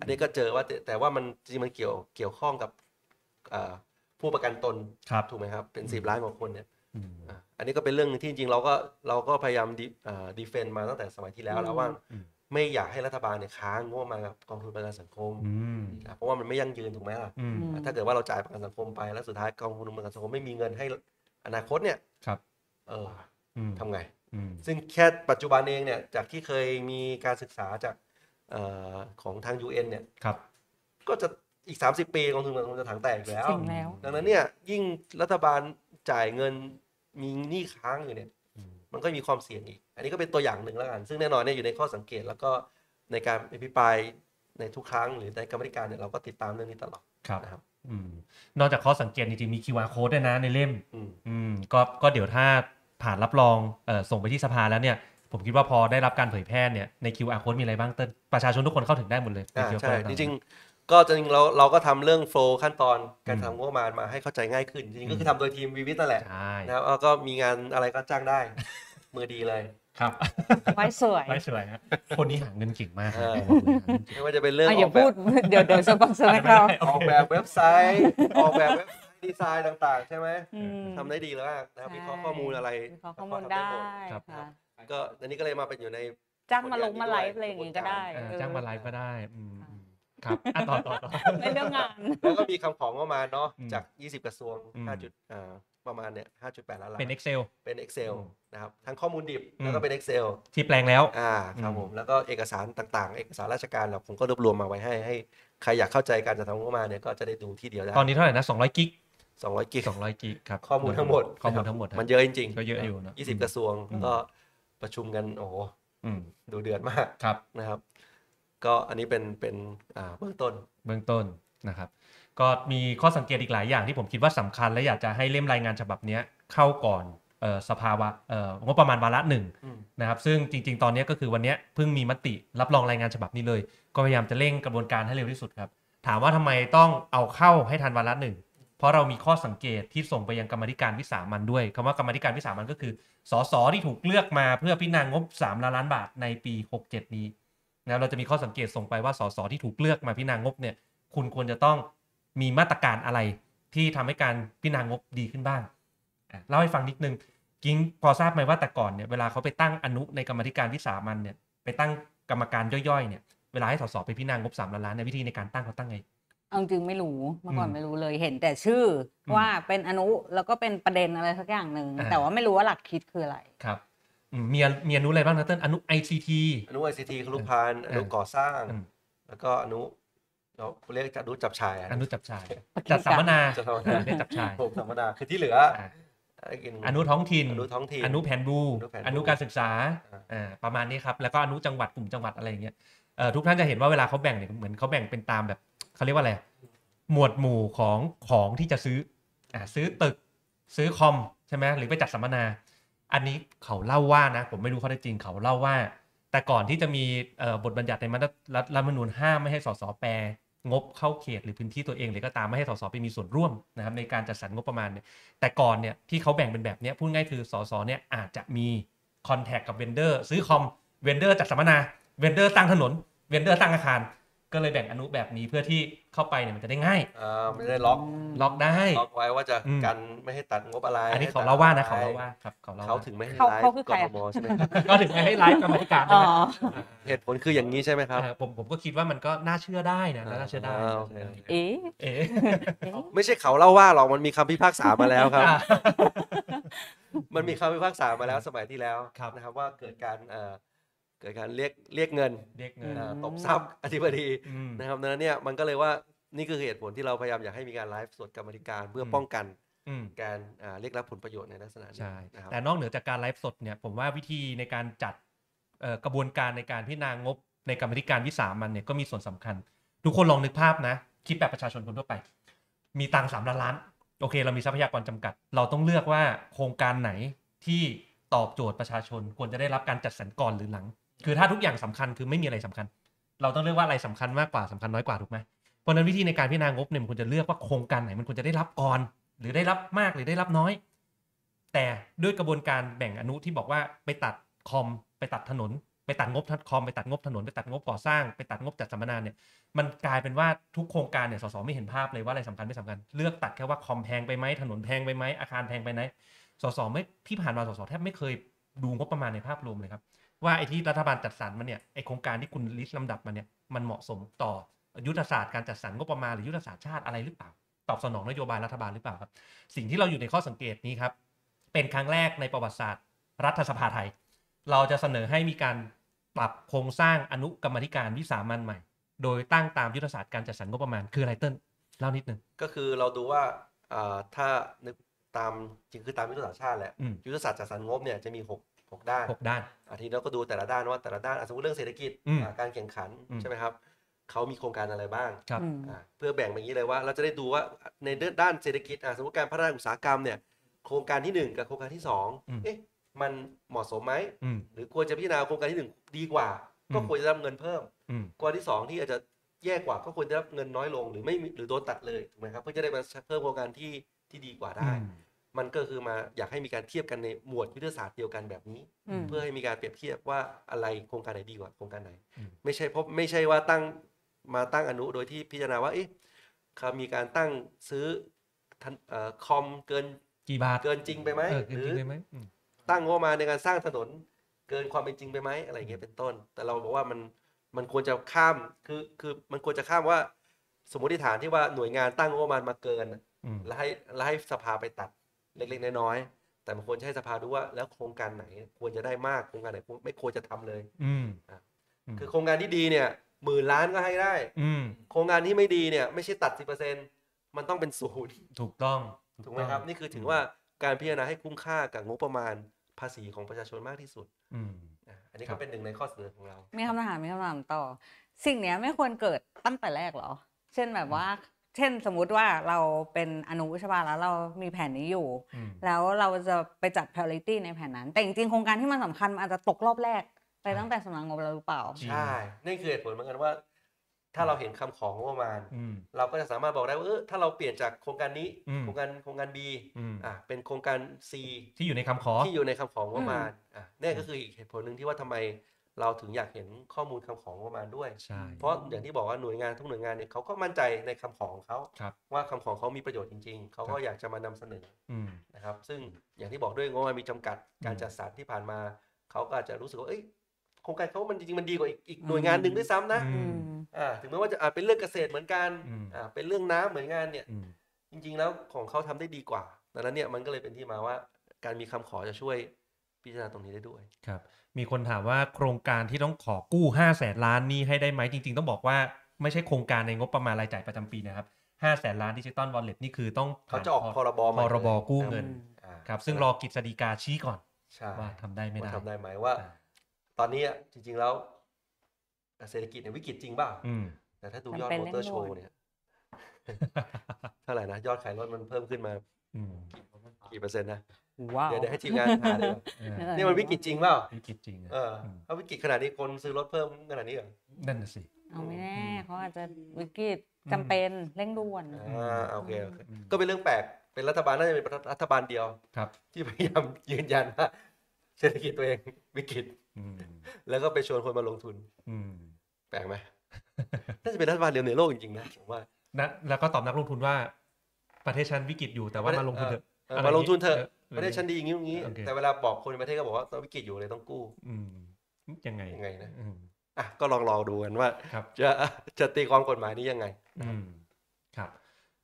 อันนี้ก็เจอว่าแต่แต่ว่ามันจริงๆมันเกี่ยวเกี่ยวข้องกับ อ่าผู้ประกันตน
ครับ
ถูกไหมครับ เป็นสิบล้านกว่าคนเนี่ย
อืม
อ่าอันนี้ก็เป็นเรื่องที่จริงๆเราก็เราก็พยายามดีเฟนต์มาตั้งแต่สมัยที่แล้วแล้วว่า
อืม
ไม่อยากให้รัฐบาลเนี่ยค้างงบประมาณกับกองทุนประกันสังคม
อืม
นะเพราะว่ามันไม่ยั่งยืนถูกไหมล่ะ
อืม
อืม
ถ้าเกิดว่าเราจ่ายประกันสังคมไปแล้วสุดท้ายกองทุนประกันสังคมไม่มีเงินให้อนาคตเนี่ย
ครับ
เออ
อืม
ทำไง
อืม
ซึ่งแค่ปัจจุบันเองเนี่ยจากที่เคยมีการศึกษาจากเออของทาง UN เนี่ย
ครับ
ก็จะอีก 30 ปีกองทุนมันจะถังแตกอยู่แล้ว
จริงแล้ว
ดังนั้นเนี่ยยิ่งรัฐบาลจ่ายเงินมีหนี้ค้างอยู่เนี่ย
อืม
มันก็มีความเสี่ยงอีก อันนี้ก็เป็นตัวอย่างหนึ่งแล้วกัน ซึ่งแน่นอนเนี่ยอยู่ในข้อสังเกตแล้วก็ในการอภิปรายในทุกครั้งหรือในกรรมธิการเนี่ยเราก็ติดตามเรื่องนี้ตลอด
ครับ
นะครับ
อืมนอกจากข้อสังเกตจริงๆมี QR code ด้วยนะในเล่ม
อืม
อืมก็ก็เดี๋ยวถ้าผ่านรับรองเอ่อส่งไปที่สภาแล้วเนี่ย ผมคิดว่าพอได้รับการเผยแพร่เนี่ยใน QR code มีอะไรบ้างเติ้ลประชาชนทุกคนเข้าถึงได้หมดเลย
อ่า
ใน QR
ใช่
code ต่างๆ
จริงๆก็จริงๆเราเราก็ทำเรื่องโฟล์ขั้นตอนการ
อืม
ทำงบประมาณมาให้เข้าใจง่ายขึ้น จริงๆก็คือ
ม
ทำโดยทีมวีวิทนั่นแหละ
ใช่
นะครับแล้วก็มีงานอะไรก็จ้าง ได้ มือดีเลย
ครับ
ไว้สวย
ไม่สวยฮะคนนี้หาเงินเก่งมาก
เออ
คนนี้หาเงินเก่ง
ไม่ว่าจะเป็นเรื่อง
อ่ะ
อ
อ
อ
ย่า
กแบ
พูด
บ
เดี๋ยวเดี๋ยวสปอนเซอร์เขา
ออกแบบเว็บไซต์ ออกแบบเว็บดีไซน์ต่างๆ ใช่ไหม
อืม
ทำได้ดีแล้วมากนะครับมีข้อ
ใช่
ข้อมูลอะไร
วิเคราะห์ข้อมูลได้
ครับ
ค่ะ
ก็อันนี้ก็เลยมาเป็นอยู่ใน
จ้างมาลงมาไลฟ์อะไรอย่างงี้ก็ได้
เออ
เออ
จ้างมาไลฟ์ก็ได้อืม
ค่ะ
อืมครับอ่ะต่อต่อต่อ
ในเรื่องงาน
แล้วก็มีคำของงบประมาณเนาะ
อืม
จาก 20 กระทรวง
อืม
5จุดอ่าประมาณเนี่ย5.8ล้านล้าน
เป็น Excel
เป็น Excel
อืม
นะครับทั้งข้อมูลดิบ
อืม
แล้วก็เป็น Excel
ที่แปลงแล้ว
อ่าครับ
อืม
ผมแล้วก็เอกสารต่างๆ เอกสารราชการเราผมก็รวบรวมมาไว้ให้ให้ใครอยากเข้าใจการจัดทำงบประมาณเนี่ยก็จะได้ดูที่เดียวได้
ตอนนี้เท่าไหร่นะ200กิก
สองร้อยกิก
200กิกครับ
ข้อมูลทั้งหมด
ข้อมูล
นะครับ
ทั้งหมดฮ
มันเยอะจริง
ก็เยอะอยู่นะ
ยี่สิ
อื
บ
ม
กระทรวง
อืม
ก็ประชุมกันโอ้โห
อืม
ดูเดือดมาก
ครับ
นะครับ ก็อันนี้เป็นเป็นอ่าเบื้องต้น
เบื้องต้นนะครับ ก็มีข้อสังเกตอีกหลายอย่างที่ผมคิดว่าสำคัญและอยากจะให้เล่มรายงานฉบับเนี้ยเข้าก่อนเอ่อสภาวะเอ่องบประมาณวาระหนึ่ง
อืม
นะครับ ซึ่งจริง ๆ ตอนเนี้ยก็คือวันเนี้ยเพิ่งมีมติรับรองรายงานฉบับนี้เลย ก็พยายามจะเร่งกระบวนการให้เร็วที่สุดครับ ถามว่าทำไมต้องเอาเข้าให้ทันวาระหนึ่งเพราะเรามีข้อสังเกตที่ส่งไปยังกรรมาธิการวิสามันด้วยคำว่ากรรมาธิการวิสามันก็คือสสที่ถูกเลือกมาเพื่อพิจารณางบ3ล้านล้านบาทในปี 67 นี้นะเราจะมีข้อสังเกตส่งไปว่าสสที่ถูกเลือกมาพิจารณางบเนี่ย คุณควรจะต้องมีมาตรการอะไรที่ทำให้การพิจารณางบดีขึ้นบ้างอ่ะเล่าให้ฟังนิดนึงกิ้งพอทราบไหมว่าแต่ก่อนเนี่ยเวลาเขาไปตั้งอนุในกรรมาธิการวิสามันเนี่ยไปตั้งกรรมการย่อยๆเนี่ยเวลาให้สสไปพิจารณางบสามล้านล้านในยวิธีในการตั้งเขาตั้งไง
เอาจริงไม่รู้เมื่อก่อน
อืม
ไม่รู้เลยเห็นแต่ชื่ออ
ม
ว่าเป็นอนุแล้วก็เป็นประเด็นอะไรสักอย่างหนึ่ง
อ่า
แต่ว่าไม่รู้ว่าหลักคิดคืออะไร
ครับอืมมีอมีอนุอะไรบ้างนะเต้นอนุ ICT
อนุไอซีทีครุพันธ์อนุก่อสร้าง
อืม
แล้วก็อนุเราเรียกอนุจับชาย
อนุจับชายจัดสัมมนา
จับธรรมดา
เรียกจับชาย
ผมธรรมดาคือที่เหลือ
อ่ะ
อ
อนุท้องถิ่น
อนุท้องถิ่น
อนุแผนบู
อนุแผนบู
อนุการศึกษา
อ่า
อ่าประมาณนี้ครับ แล้วก็อนุจังหวัดกลุ่มจังหวัดอะไรอย่างเงี้ยเอ่อทุกท่านจะเห็นว่าเวลาเขาแบ่งเนี่ยเหมือนเขาแบ่งเป็นตามแบบเขาเรียกว่าอะไร หมวดหมู่ของของที่จะซื้ออ่าซื้อตึกซื้อคอมใช่ไหมหรือไปจัดสัมมนา อันนี้เขาเล่าว่านะ ผมไม่รู้ข้อเท็จจริงเขาเล่าว่า แต่ก่อนที่จะมีเอ่อบทบัญญัติในรัฐรัฐธรรมนูญห้ามไม่ให้สสแปรงบเข้าเขตหรือพื้นที่ตัวเองหรือก็ตามไม่ให้สสไปมีส่วนร่วมนะครับในการจัดสรรงบประมาณเนี่ย แต่ก่อนเนี่ยที่เขาแบ่งเป็นแบบเนี้ยพูดง่ายคือสสเนี่ยอาจจะมีคอนแทคกับเวนเดอร์ซื้อคอมเวนเดอร์จัดสัมมนาเวนเดอร์ตั้งถนนเวนเดอร์ตั้งอาคาร ก็เลยแบ่งอนุแบบนี้เพื่อที่เข้าไปเนี่ยมันจะได้ง่าย
อ่าไม่ได้ล็อก
ล็อกได้
ล็อกไว้ว่าจะ
อืม
กันไม่ให้ตัดงบอะไร
อันนี้
ให้
เขา
ตัด
เล่าว่านะ
อะไร
เขาเล่าว่าครับเขาเล่า
เขา
ว่า
ถึงไม่ให้
เขา
ไลฟ์
เขาคือใค
ก
ร
ท
อะ
มใช่ไหม ครับ
ก็ถึงให้ไลฟ์กรรมธิการนะ
อ๋อ
ครับ
เหตุผลคืออย่างนี้ใช่ไหมครับ
อ่าผมผมก็คิดว่ามันก็น่าเชื่อได้นะน่าเชื่อได้
าโอเค
เอ๊ะ
เอ๊ะ
เอ๊ะ
ไม่ใช่เขาเล่าว่าหรอกมันมีคำพิพากษามาแล้วครับ
อ่า
มันมีคำพิพากษามาแล้วสมัยที่แล้ว
ครับ
นะครับว่าเกิดการเอ่อเกิดการเรียกเรียกเงิน
เด็กเงิน
เอ่อตบทรัพย์ อธิบดี
อืม
นะครับดังนั้นเนี่ยมันก็เลยว่านี่คือเหตุผลที่เราพยายามอยากให้มีการไลฟ์สดกรรมธิการเพื่ออ
ม
ป้องกัน
อืม
การอ่าเรียกรับผลประโยชน์ในลักษณะนี้
ใช่
นะครับ
แต่นอกเหนือจากการไลฟ์สดเนี่ยผมว่าวิธีในการจัดเอ่อกระบวนการในการพิจารณางบในกรรมาธิการวิสามันเนี่ยก็มีส่วนสำคัญ ทุกคนลองนึกภาพนะ คิดแบบประชาชนคนทั่วไป มีตังสามล้านล้าน โอเค เรามีทรัพยากรจำกัด เราต้องเลือกว่าโครงการไหนที่ตอบโจทย์ประชาชนควรจะได้รับการจัดสรรก่อนหรือหลัง คือถ้าทุกอย่างสำคัญคือไม่มีอะไรสำคัญ เราต้องเลือกว่าอะไรสำคัญมากกว่าสำคัญน้อยกว่าถูกไหม เพราะฉะนั้นวิธีในการพิจารณางบเนี่ยมันควรจะเลือกว่าโครงการไหนมันควรจะได้รับก่อน หรือได้รับมากหรือได้รับน้อย แต่ด้วยกระบวนการแบ่งอนุที่บอกว่าไปตัดคอมไปตัดถนน ไปตัดงบทัดคอมไปตัดงบถนนไปตัดงบก่อสร้างไปตัดงบจัดสัมมนาเนี่ยมันกลายเป็นว่าทุกโครงการเนี่ยสสไม่เห็นภาพเลยว่าอะไรสำคัญไม่สำคัญเลือกตัดแค่ว่าคอมแพงไปไหมถนนแพงไปไหมอาคารแพงไปไหมสสไม่ที่ผ่านมาสสแทบไม่เคยดูงบประมาณในภาพรวมเลยครับ ว่าไอ้ที่รัฐบาลจัดสรรมาเนี่ยไอ้โครงการที่คุณลิสต์ลำดับมาเนี่ยมันเหมาะสมต่อยุทธศาสตร์การจัดสรรงบประมาณหรือยุทธศาสตร์ชาติอะไรหรือเปล่า ตอบสนองนโยบายรัฐบาลหรือเปล่าครับ สิ่งที่เราอยู่ในข้อสังเกตนี้ครับ เป็นครั้งแรกในประวัติศาสตร์ รัฐสภาไทย เราจะเสนอให้มีการปรับโครงสร้างอนุกรรมาธิการวิสามันใหม่ โดยตั้งตามยุทธศาสตร์การจัดสรรงบประมาณคืออะไรเติ้ลเล่านิดนึง
ก็คือเราดูว่าอ่าถ้านึกตามจริงคือตามยุทธศาสตร์ชาติแหละ
อืม
ยุทธศาสตร์จัดสรรงบเนี่ยจะมีหกหกด้าน
หกด้าน
อาทิตย์เราก็ดูแต่ละด้านว่าแต่ละด้านอ่ะสมมติเรื่องเศรษฐกิจ
อืม
อ่ะการแข่งขัน
อืม
ใช่ไหมครับเขามีโครงการอะไรบ้าง
ครับ
อืม
อ่ะเพื่อแบ่งแบบนี้เลยว่า เราจะได้ดูว่าในด้านเศรษฐกิจอ่ะสมมติการพัฒนาอุตสาหกรรมเนี่ยโครงการทีหนึ่งกับโครงการที่สอง
อืม
เอ๊ะมันเหมาะสมไหม
อืม
หรือควรจะพิจารณาโครงการที่หนึ่งดีกว่า ก็
อืม
ควรจะได้รับเงินเพิ่ม
อืม
โครงการที่สองที่อาจจะแย่กว่าก็ควรจะรับเงินน้อยลงหรือไม่มีหรือโดนตัดเลยถูกไหมครับเพื่อจะได้มาเพิ่มโครงการที่ที่ดีกว่าได้
อืม
มันก็คือมาอยากให้มีการเทียบกันในหมวดวิทยาศาสตร์เดียวกันแบบนี้
อืม
เพื่อให้มีการเปรียบเทียบว่าอะไรโครงการไหนดีกว่าโครงการไหน
อืม
ไม่ใช่เพราะไม่ใช่ว่าตั้งมาตั้งอนุโดยที่พิจารณาว่าเอ๊ะเขามีการตั้งซื้อทันเอ่อคอมเกิน
กี่บาท
เกินจริงไปไหม
เออ
ห
เกิน
รื
จริ
อง
เลยไหมอืม
ตั้งงบประมาณในการสร้างถนนเกินความเป็นจริงไปไหมอะไรอย่างเงี้ยเป็นต้น แต่เราบอกว่ามันมันควรจะข้ามคือคือมันควรจะข้ามว่า สมมติฐานที่ว่าหน่วยงานตั้งงบประมาณมาเกิน
อืม
แล้วให้แล้วให้สภาไปตัดเล็กๆน้อยๆแต่มันควรจะให้สภาดูว่าแล้วโครงการไหนควรจะได้มากโครงการไหนไม่ควรจะทำเลย
อืมม
คือโครงการที่ดีเนี่ยหมื่นล้านก็ให้ได้
อืม
โครงการที่ไม่ดีเนี่ยไม่ใช่ตัดสิเปอร์เซ็นมันต้องเป็นศูนย์
ถูกต้อง
ถูกไหมครับ นี่คือถือว่าการพิจารณาให้คุ้มค่ากับงบประมาณภาษีของประชาชนมากที่สุด
อืม
อ่ะอันนี้
ครั
ก็
บ
เป็นหนึ่งในข้อเสนอของเรา
มีคำถามมีคำถามต่อ สิ่งเนี้ยไม่ควรเกิดตั้งแต่แรกเหรอ เช่นแบบว่า เช่นสมมุติว่าเราเป็นอนุใช่ป่ะแล้วเรามีแผนนี้อยู่
อืม
แล้วเราจะไปจัด priority ในแผนนั้น แต่จริงๆโครงการที่มันสำคัญมันอาจจะตกรอบแรก ไป
ใช่
ตั้งแต่สำนักงบเราหรือเปล่า
จริง
ใช่นี่คือเหตุผลเหมือนกันว่า ถ้าเราเห็นคำของงบประมาณ
อืม
เราก็จะสามารถบอกได้ว่าเออถ้าเราเปลี่ยนจากโครงการนี้
อืม
โครงการโครงการ B
อืม
อ่ะเป็นโครงการ C
ที่อยู่ในคำขอ
ที่อยู่ในคำของงบประมาณอ่ะนี่ก็คืออีกเหตุผลหนึ่งที่ว่าทำไมเราถึงอยากเห็นข้อมูลคำของงบประมาณด้วย
ใช่
เพราะอย่างที่บอกว่าหน่วยงานทุกหน่วยงานเนี่ยเขาก็มั่นใจในคำของของเขา
ครับ
ว่าคำของเขามีประโยชน์จริง ๆ เขาก็
ครับ
อยากจะมานำเสนอ
อืม
นะครับ ซึ่งอย่างที่บอกด้วยงบประมาณมีจำกัดการ
อืม
จัดสรรที่ผ่านมา เขาก็อาจจะรู้สึกว่าเอ้ยโครงการเขามันจริงๆมันดีกว่าอีกอีก
อืม
หน่วยงานหนึ่งด้วยซ้ำนะ
อื
อื
ม
ม
อ่าถึงแม้ว่าจะอาจเป็นเรื่องเกษตรเหมือนกัน
อืม
อ่าเป็นเรื่องน้ำเหมือนกันเนี่ย
อืม
จริงๆ แล้วของเขาทำได้ดีกว่า ดังนั้นเนี่ยมันก็เลยเป็นที่มาว่าการมีคำขอจะช่วยพิจารณาตรงนี้ได้ด้วย
ครับมีคนถามว่าโครงการที่ต้องขอกู้5 0 0แสนล้านนี่ให้ได้ไหมจริง ๆ ต้องบอกว่าไม่ใช่โครงการในงบประมาณรายจ่ายประจำปีนะครับ5 0 0แสนล้านดิจิตอลวอลเล็ตนี่คือต้องผ่
เขา
น
จะออกพรบ
พ
ใหม่
รบ
เลย
กู้เงิน
อืม
อ่า
ครับซึ่งรอกฤษฎีกาชี้ก่อน
ใช่
ว่าทำได้ไม่
ว่า
ได้
ทำได้ไหมว่า ตอนนี้อะจริงๆ แล้วเศรษฐกิจเนี่ยวิกฤตจริงเปล่า
อืม
แต่ถ้าดูยอด
มัน
ม
เป็
อนเตอร์โช
เร่
ว์
งด่วน
เนี่ยเท่าไหร่นะยอดขายรถมันเพิ่มขึ้นมา
อืม
กี่เปอร์เซ็นต์นะ
ว้าว
เดี๋ยวเดี๋ยวให้ทีมงานหาเลย
เออ
อ
นี่มันวิกฤตจริงเปล่า
วิกฤตจริงนะ
เออ
ม
ถ้าวิกฤตขนาดนี้คนซื้อรถเพิ่มขนาดนี้เหรอ
นั่นน่ะสิ
เอาไม่แน่
อืม
เขาอาจจะวิกฤต
อืม
จำเป็นเร่งด่วน
อ่าโอเคโอเค
อืม
ก็เป็นเรื่องแปลกเป็นรัฐบาลน่าจะเป็นรัฐบาลเดียว
ครับ
ที่พยายามยืนยันว่าเศรษฐกิจตัวเองวิกฤต
อืม
แล้วก็ไปชวนคนมาลงทุน
อืม
แปลกไห ม น่าจะเป็นรัฐบาลเดียวในโลกจริงๆนะผมว่า
นะแล้วก็ตอบนักลงทุนว่า ประเทศฉันวิกฤตอยู่แต่ว่ามาลงทุนเถอะ
เออมาลงทุนเถอะ
ออ
ประเทศฉันดีอย่างนี้อย่างนี้
โอเค
แต่เวลาบอกคนในประเทศก็บอกว่าตอนวิกฤตอยู่เลยต้องกู้
อืมยังไง
ยังไงนะ
อืม
อ่ะก็ลองลองดูกันว่า
ครับ
จะจะตีความกฎหมายนี้ยังไง
อืมครับ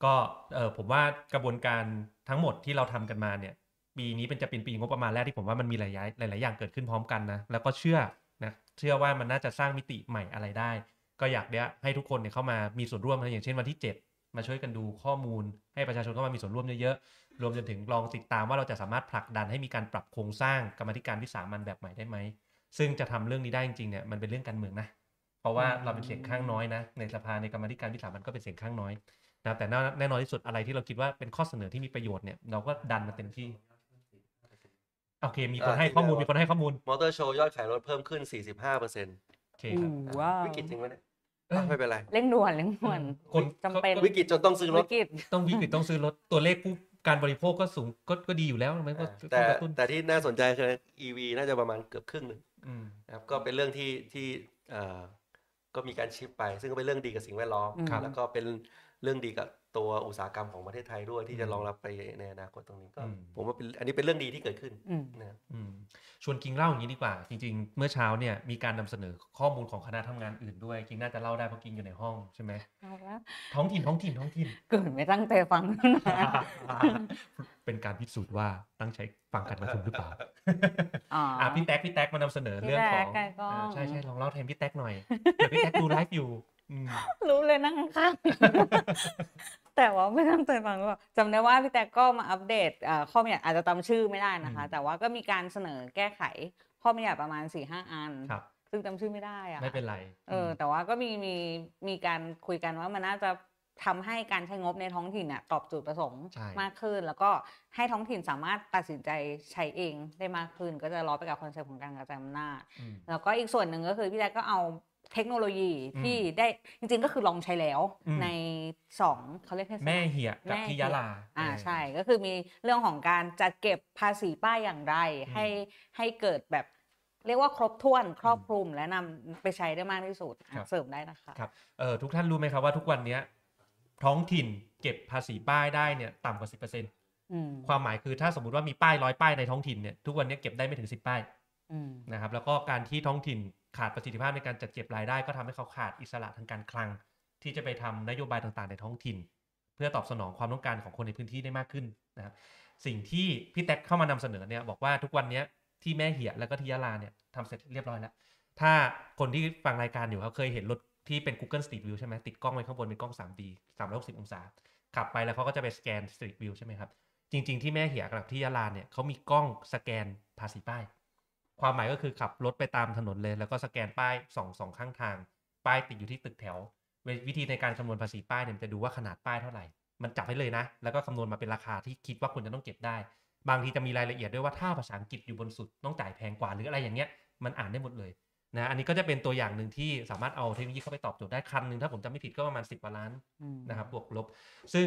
ก็เออผมว่ากระบวนการทั้งหมดที่เราทำกันมาเนี่ย ปีนี้เป็นจะเป็นปีงบประมาณแรกที่ผมว่ามันมีหลายๆหลาย ๆ อย่างเกิดขึ้นพร้อมกันนะ แล้วก็เชื่อนะเชื่อว่ามันน่าจะสร้างมิติใหม่อะไรได้ ก็อยากเนี้ยให้ทุกคนเนี่ยเข้ามามีส่วนร่วมนะอย่างเช่นวันที่ 7 มาช่วยกันดูข้อมูล ให้ประชาชนเข้ามามีส่วนร่วมเยอะๆรวมจนถึงลองติดตามว่าเราจะสามารถผลักดันให้มีการปรับโครงสร้างกรรมาธิการวิสามันแบบใหม่ได้ไหม ซึ่งจะทำเรื่องนี้ได้จริงๆเนี่ยมันเป็นเรื่องการเมืองนะ เพราะว่า
อืม
เราเป็นเสียงข้างน้อยนะ ในสภาในกรรมาธิการวิสามันก็เป็นเสียงข้างน้อยนะครับแต่แน่แน่นอนที่สุดอะไรที่เราคิดว่าเป็นข้อเสนอที่มีประโยชน์เนี่ยเราก็ดันมาเต็มที่โอเค มีคน
อ่า
ให้ข้อมูล
ที่
มี
แล้ว
คนให้ข้อมูล
มอเตอร์โชว์ยอดขายรถเพิ่มขึ้น 45เปอร์เซ็นต์
โอเคครับ
ว้าว
วิกฤตจริงไหมเนี่ยอ่ะไม่เป็นไร
เร่งด่วนเร่งด่วน
คน
จำเป็น
ก็
วิกฤตจนต้องซื้อร
วิ
ถ
กฤต
ต้องวิกฤตต้องซื้อรถตัวเลขผู้ การบริโภคก็สูงก็ก็ดีอยู่แล้วมันก็ก็
แต่
กระตุ้น
แต่ที่น่าสนใจคือ EV น่าจะประมาณเกือบครึ่งหนึ่ง
อืม
นะครับก็เป็นเรื่องที่ที่เอ่อก็มีการชิปไป ซึ่งก็เป็นเรื่องดีกับสิ่งแวดล้อม
ครับ
แล้วก็เป็นเรื่องดีกับตัวอุตสาหกรรมของประเทศไทยด้วยที่จะ
อืม
รองรับไปในอนาคตตรงนี้ก็
อืม
ผมว่าเป็นอันนี้เป็นเรื่องดีที่เกิดขึ้น
อืม
นะครับ
อืมชวนกิงเล่าอย่างนี้ดีกว่า จริง ๆ เมื่อเช้าเนี่ยมีการนำเสนอข้อมูลของคณะทำงานอื่นด้วยกิงน่าจะเล่าได้เพราะกิงอยู่ในห้องใช่ไหม
เอาละ
ท้องถิ่นท้องถิ่นท้ องถิ่น
เกิดไม่ตั้งใจฟังนะ
เป็นการพิสูจน์ว่าตั้งใจฟังกันมาชมหรือเปล่า
อ๋อ
อ่ะพี่แท็กพี่แท็กมานำเสนอ
พี่
เรื่องของ
แต๊กไก่กล้อง
เออใช่ใช่ลองเล่าแทนพี่แท็กหน่อยเดี๋ยวพี่แท็กดูไลฟ์อยู่อืม
รู้เลยนั่งข้างๆ แต่ว่าไม่ตั้งใจฟังหรือเปล่าจำได้ว่าพี่แต่ก็มาอัปเดตเอ่อข้อบัญญัติอาจจะจำชื่อไม่ได้นะคะ
อืม
แต่ว่าก็มีการเสนอแก้ไข ข้อบัญญัติประมาณ4ี่ห้าอัน
ครับ
ซึ่งจำชื่อไม่ได้อะ
ไม่เป็นไร
เออ
ม
แต่ว่าก็มีมีมีการคุยกันว่ามันน่าจะทำให้การใช้งบในท้องถิ่นน่ะตอบจุดประสงค์
ใช่
มากขึ้น แล้วก็ให้ท้องถิ่นสามารถตัดสินใจใช้เองได้มากขึ้น ก็จะล้อไปกับคอนเซ็ปต์ของการกระจายอำนาจ
อืม
แล้วก็อีกส่วนหนึ่งก็คือพี่แจ๊กก็เอาเทคโนโลยี
อืม
ที่ได้จริงๆก็คือลองใช้แล้ว
อืม
ในสองเขาเรียกเทศบาล
แม่เหี่ยกับ
แม่
ที่
เหี่ย
ยะลา
อ่า
เออ
ใช่ก็คือมีเรื่องของการจัดเก็บภาษีป้ายอย่างไร
อืม
ให้ให้เกิดแบบเรียกว่าครบถ้วนครอบคลุมและนำไปใช้ได้มากที่สุดอ่ะ
ครับ
เสริมได้นะคะ
ครับเออทุกท่านรู้ไหมครับว่าทุกวันเนี้ยท้องถิ่นเก็บภาษีป้ายได้เนี่ยต่ำกว่า 10%
อืม
ความหมายคือถ้าสมมติว่ามีป้ายร้อยป้ายในท้องถิ่นเนี่ยทุกวันเนี้ยเก็บได้ไม่ถึง 10 ป้าย
อืม
นะครับแล้วก็การที่ท้องถิ่นขาดประสิทธิภาพในการจัดเก็บรายได้ ก็ทำให้เขาขาดอิสระทางการคลัง ที่จะไปทำนโยบายต่างๆในท้องถิ่น เพื่อตอบสนองความต้องการของคนในพื้นที่ได้มากขึ้นนะครับสิ่งที่พี่แท็กเข้ามานำเสนอเนี่ยบอกว่าทุกวันเนี้ยที่แม่เหียแล้วก็ที่ยะลาเนี่ยทำเสร็จเรียบร้อยแล้ว ถ้าคนที่ฟังรายการอยู่เขาเคยเห็นรถที่เป็น Google Street View ใช่ไหมติดกล้องไว้ข้างบนเป็นกล้อง 3D 360 องศา ขับไปแล้วเขาก็จะไปสแกน Street View ใช่ไหมครับ จริง ๆ ที่แม่เหียกับที่ยาลาเนี่ยเขามีกล้องสแกนภาษีป้าย ความหมายก็คือขับรถไปตามถนนเลย แล้วก็สแกนป้ายสองสองข้างทาง ป้ายติดอยู่ที่ตึกแถว วิธีในการคำนวณภาษีป้ายเนี่ยมันจะดูว่าขนาดป้ายเท่าไหร่ มันจับให้เลยนะ แล้วก็คำนวณมาเป็นราคาที่คิดว่าคุณจะต้องเก็บได้ บางทีจะมีรายละเอียดด้วยว่าถ้าภาษาอังกฤษอยู่บนสุดต้องจ่ายแพงกว่าหรืออะไรอย่างเงี้ยมันอ่านได้หมดเลยนะอันนี้ก็จะเป็นตัวอย่างหนึ่งที่สามารถเอาเทคโนโลยีเข้าไปตอบโจทย์ได้คันหนึ่งถ้าผมจำไม่ผิดก็ประมาณ 10กว่าล้าน
อืม
นะครับบวกลบ ซึ่ง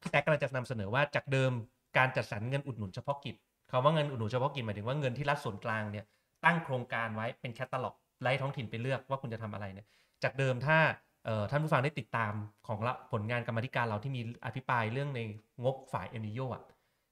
พี่แท็กกำลังจะนำเสนอว่าจากเดิมการจัดสรรเงินอุดหนุนเฉพาะกิจคำว่าเงินอุดหนุนเฉพาะกิจหมายถึงว่าเงินที่รัฐส่วนกลางเนี่ยตั้งโครงการไว้เป็นแคตตาล็อกไล่ท้องถิ่นไปเลือกว่าคุณจะทำอะไรเนี่ยจากเดิมถ้าเอ่อท่านผู้ฟังได้ติดตามของละผลงานกรรมาธิการเราที่มีอภิปรายเรื่องในงบฝ่ายเอนิโยอ่ะ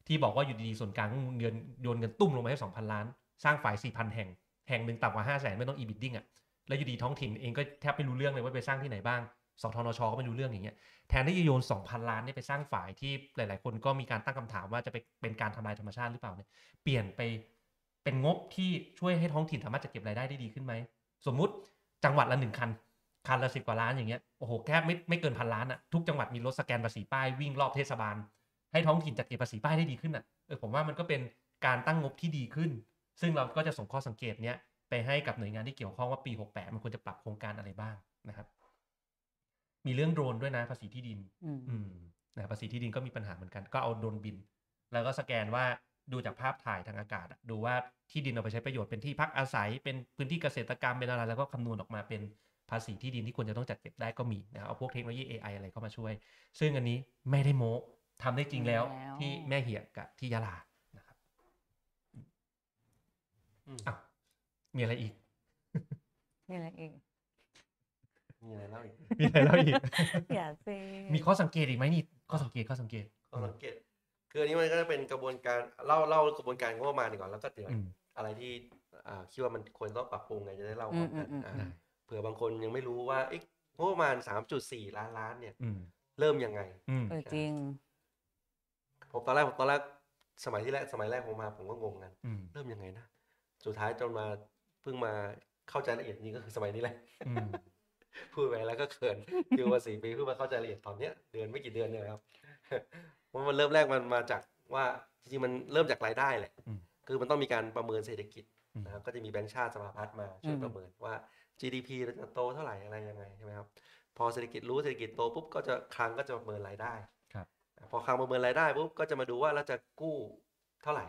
ที่บอกว่าอยู่ดีๆส่วนกลางเงินโยนเงินตุ้มลงไปให้2,000 ล้าน สร้างฝ่าย4,000 แห่ง แห่งหนึ่งต่ำกว่า5 0 0 0 0นไม่ต้อง e-bidding อ่ะแล้วอยู่ดีท้องถิ่นเองก็แทบไม่รู้เรื่องเลยว่าไปสร้างที่ไหนบ้างสทนชก็ไม่รู้เรื่องอย่างเงี้ย แทนที่จะโยน 2,000 ล้านเนี่ยไปสร้างฝ่ายที่หลาย ๆ คนก็มีการตั้งคำถามว่าจะไปเป็นการทำลายธรรมชาติหรือเปล่าเนี่ยเปลี่ยนไปเป็นงบที่ช่วยให้ท้องถิ่นสามารถจะเก็บรายได้ได้ดีขึ้นไหม สมมุติจังหวัดละหนึ่งคัน คันละสิบกว่าล้านอย่างเงี้ยโอ้โหแค่ไม่ไม่เกินพันล้านอะทุกจังหวัดมีรถสแกนภาษีป้ายวิ่งรอบเทศบาล ให้ท้องถิ่นจัดเก็บภาษีป้ายได้ดีขึ้นอะเออผมว่ามันก็เป็นการตั้งงบที่ดีขึ้น ซึ่งเราก็จะส่งข้อสังเกตเนี้ยไปให้กับหน่วยงานที่เกี่ยวข้องว่าปี 68 มันควรจะปรับโครงการอะไรบ้างนะครับ มีเรื่องโดรนด้วยนะภาษีที่ดิน อืมนะภาษีที่ดินก็มีปัญหาเหมือนกัน ก็เอาโดรนบิน แล้วก็สแกนว่าดูจากภาพถ่ายทางอากาศอะดูว่าที่ดินเอาไปใช้ประโยชน์เป็นที่พักอาศัย เป็นพื้นที่เกษตรกรรมเป็นอะไรแล้วก็คำนวณออกมาเป็นภาษีที่ดินที่ควรจะต้องจัดเก็บได้ก็มีนะครับเอาพวกเทคโนโลยี AI อะไรเข้ามาช่วย ซึ่งอันนี้ไม่ได้โม้ทำได้จริงแล้ว
แล้ว
ที่แม่เหี่ยกับที่ยะลานะครับ
อืม
อ้าวมีอะไรอีก
นี่แหละเอง
มีอะไรเล่าอีก
มีอะไรแล้วอีก
อย่าซี
มีข้อสังเกตอีกไหมนี่ข้อสังเกตข้อสังเกต
ข้อสังเกตคืออันนี้มันก็จะเป็นกระบวนการเล่าเล่ากระบวนการงบประมาณดีกว่อนแล้วก็เดี๋ยว
อืม
อะไรที่อ่าคิดว่ามันควรต้องปรับปรุงไงจะได้เล่าพ
อื
ร้อ
ม
ม
อื
กัน
มอืม
อ่า
อืม
เผื่อบางคนยังไม่รู้ว่าเอ๊ะงบประมาณ 3.4 ล้านล้านเนี่ย
อืม
เริ่มยังไง
อืม
เออจริง
ผมตอนแรกผมตอนแรกสมัยที่แรกสมัยแรกผมมาผมก็งงกัน
อืม
เริ่มยังไงนะ สุดท้ายจนมาเพิ่งมาเข้าใจละเอียดนี่ก็คือสมัยนี้แหละ
อืม
พูดไปแล้วก็เขิน อยู่มาสี่ปีเพิ่งมาเข้าใจละเอียดตอนเนี้ยเดือนไม่กี่เดือนเนี่ยนะครับ เพราะมันเริ่มแรกมันมาจากว่าจริงๆมันเริ่มจากรายได้แหละ
อืม
คือมันต้องมีการประเมินเศรษฐกิจ
อืม
นะครับก็จะมีแบงก์ชาติสภาพัฒน์มาช่วยประเมินว่า GDP เราจะโตเท่าไหร่อะไรยังไงใช่ไหมครับ พอเศรษฐกิจรู้เศรษฐกิจโตปุ๊บก็จะคลังก็จะประเมินรายได้
ครับ
พอคลังประเมินรายได้ปุ๊บก็จะมาดูว่าเราจะกู้เท่าไหร่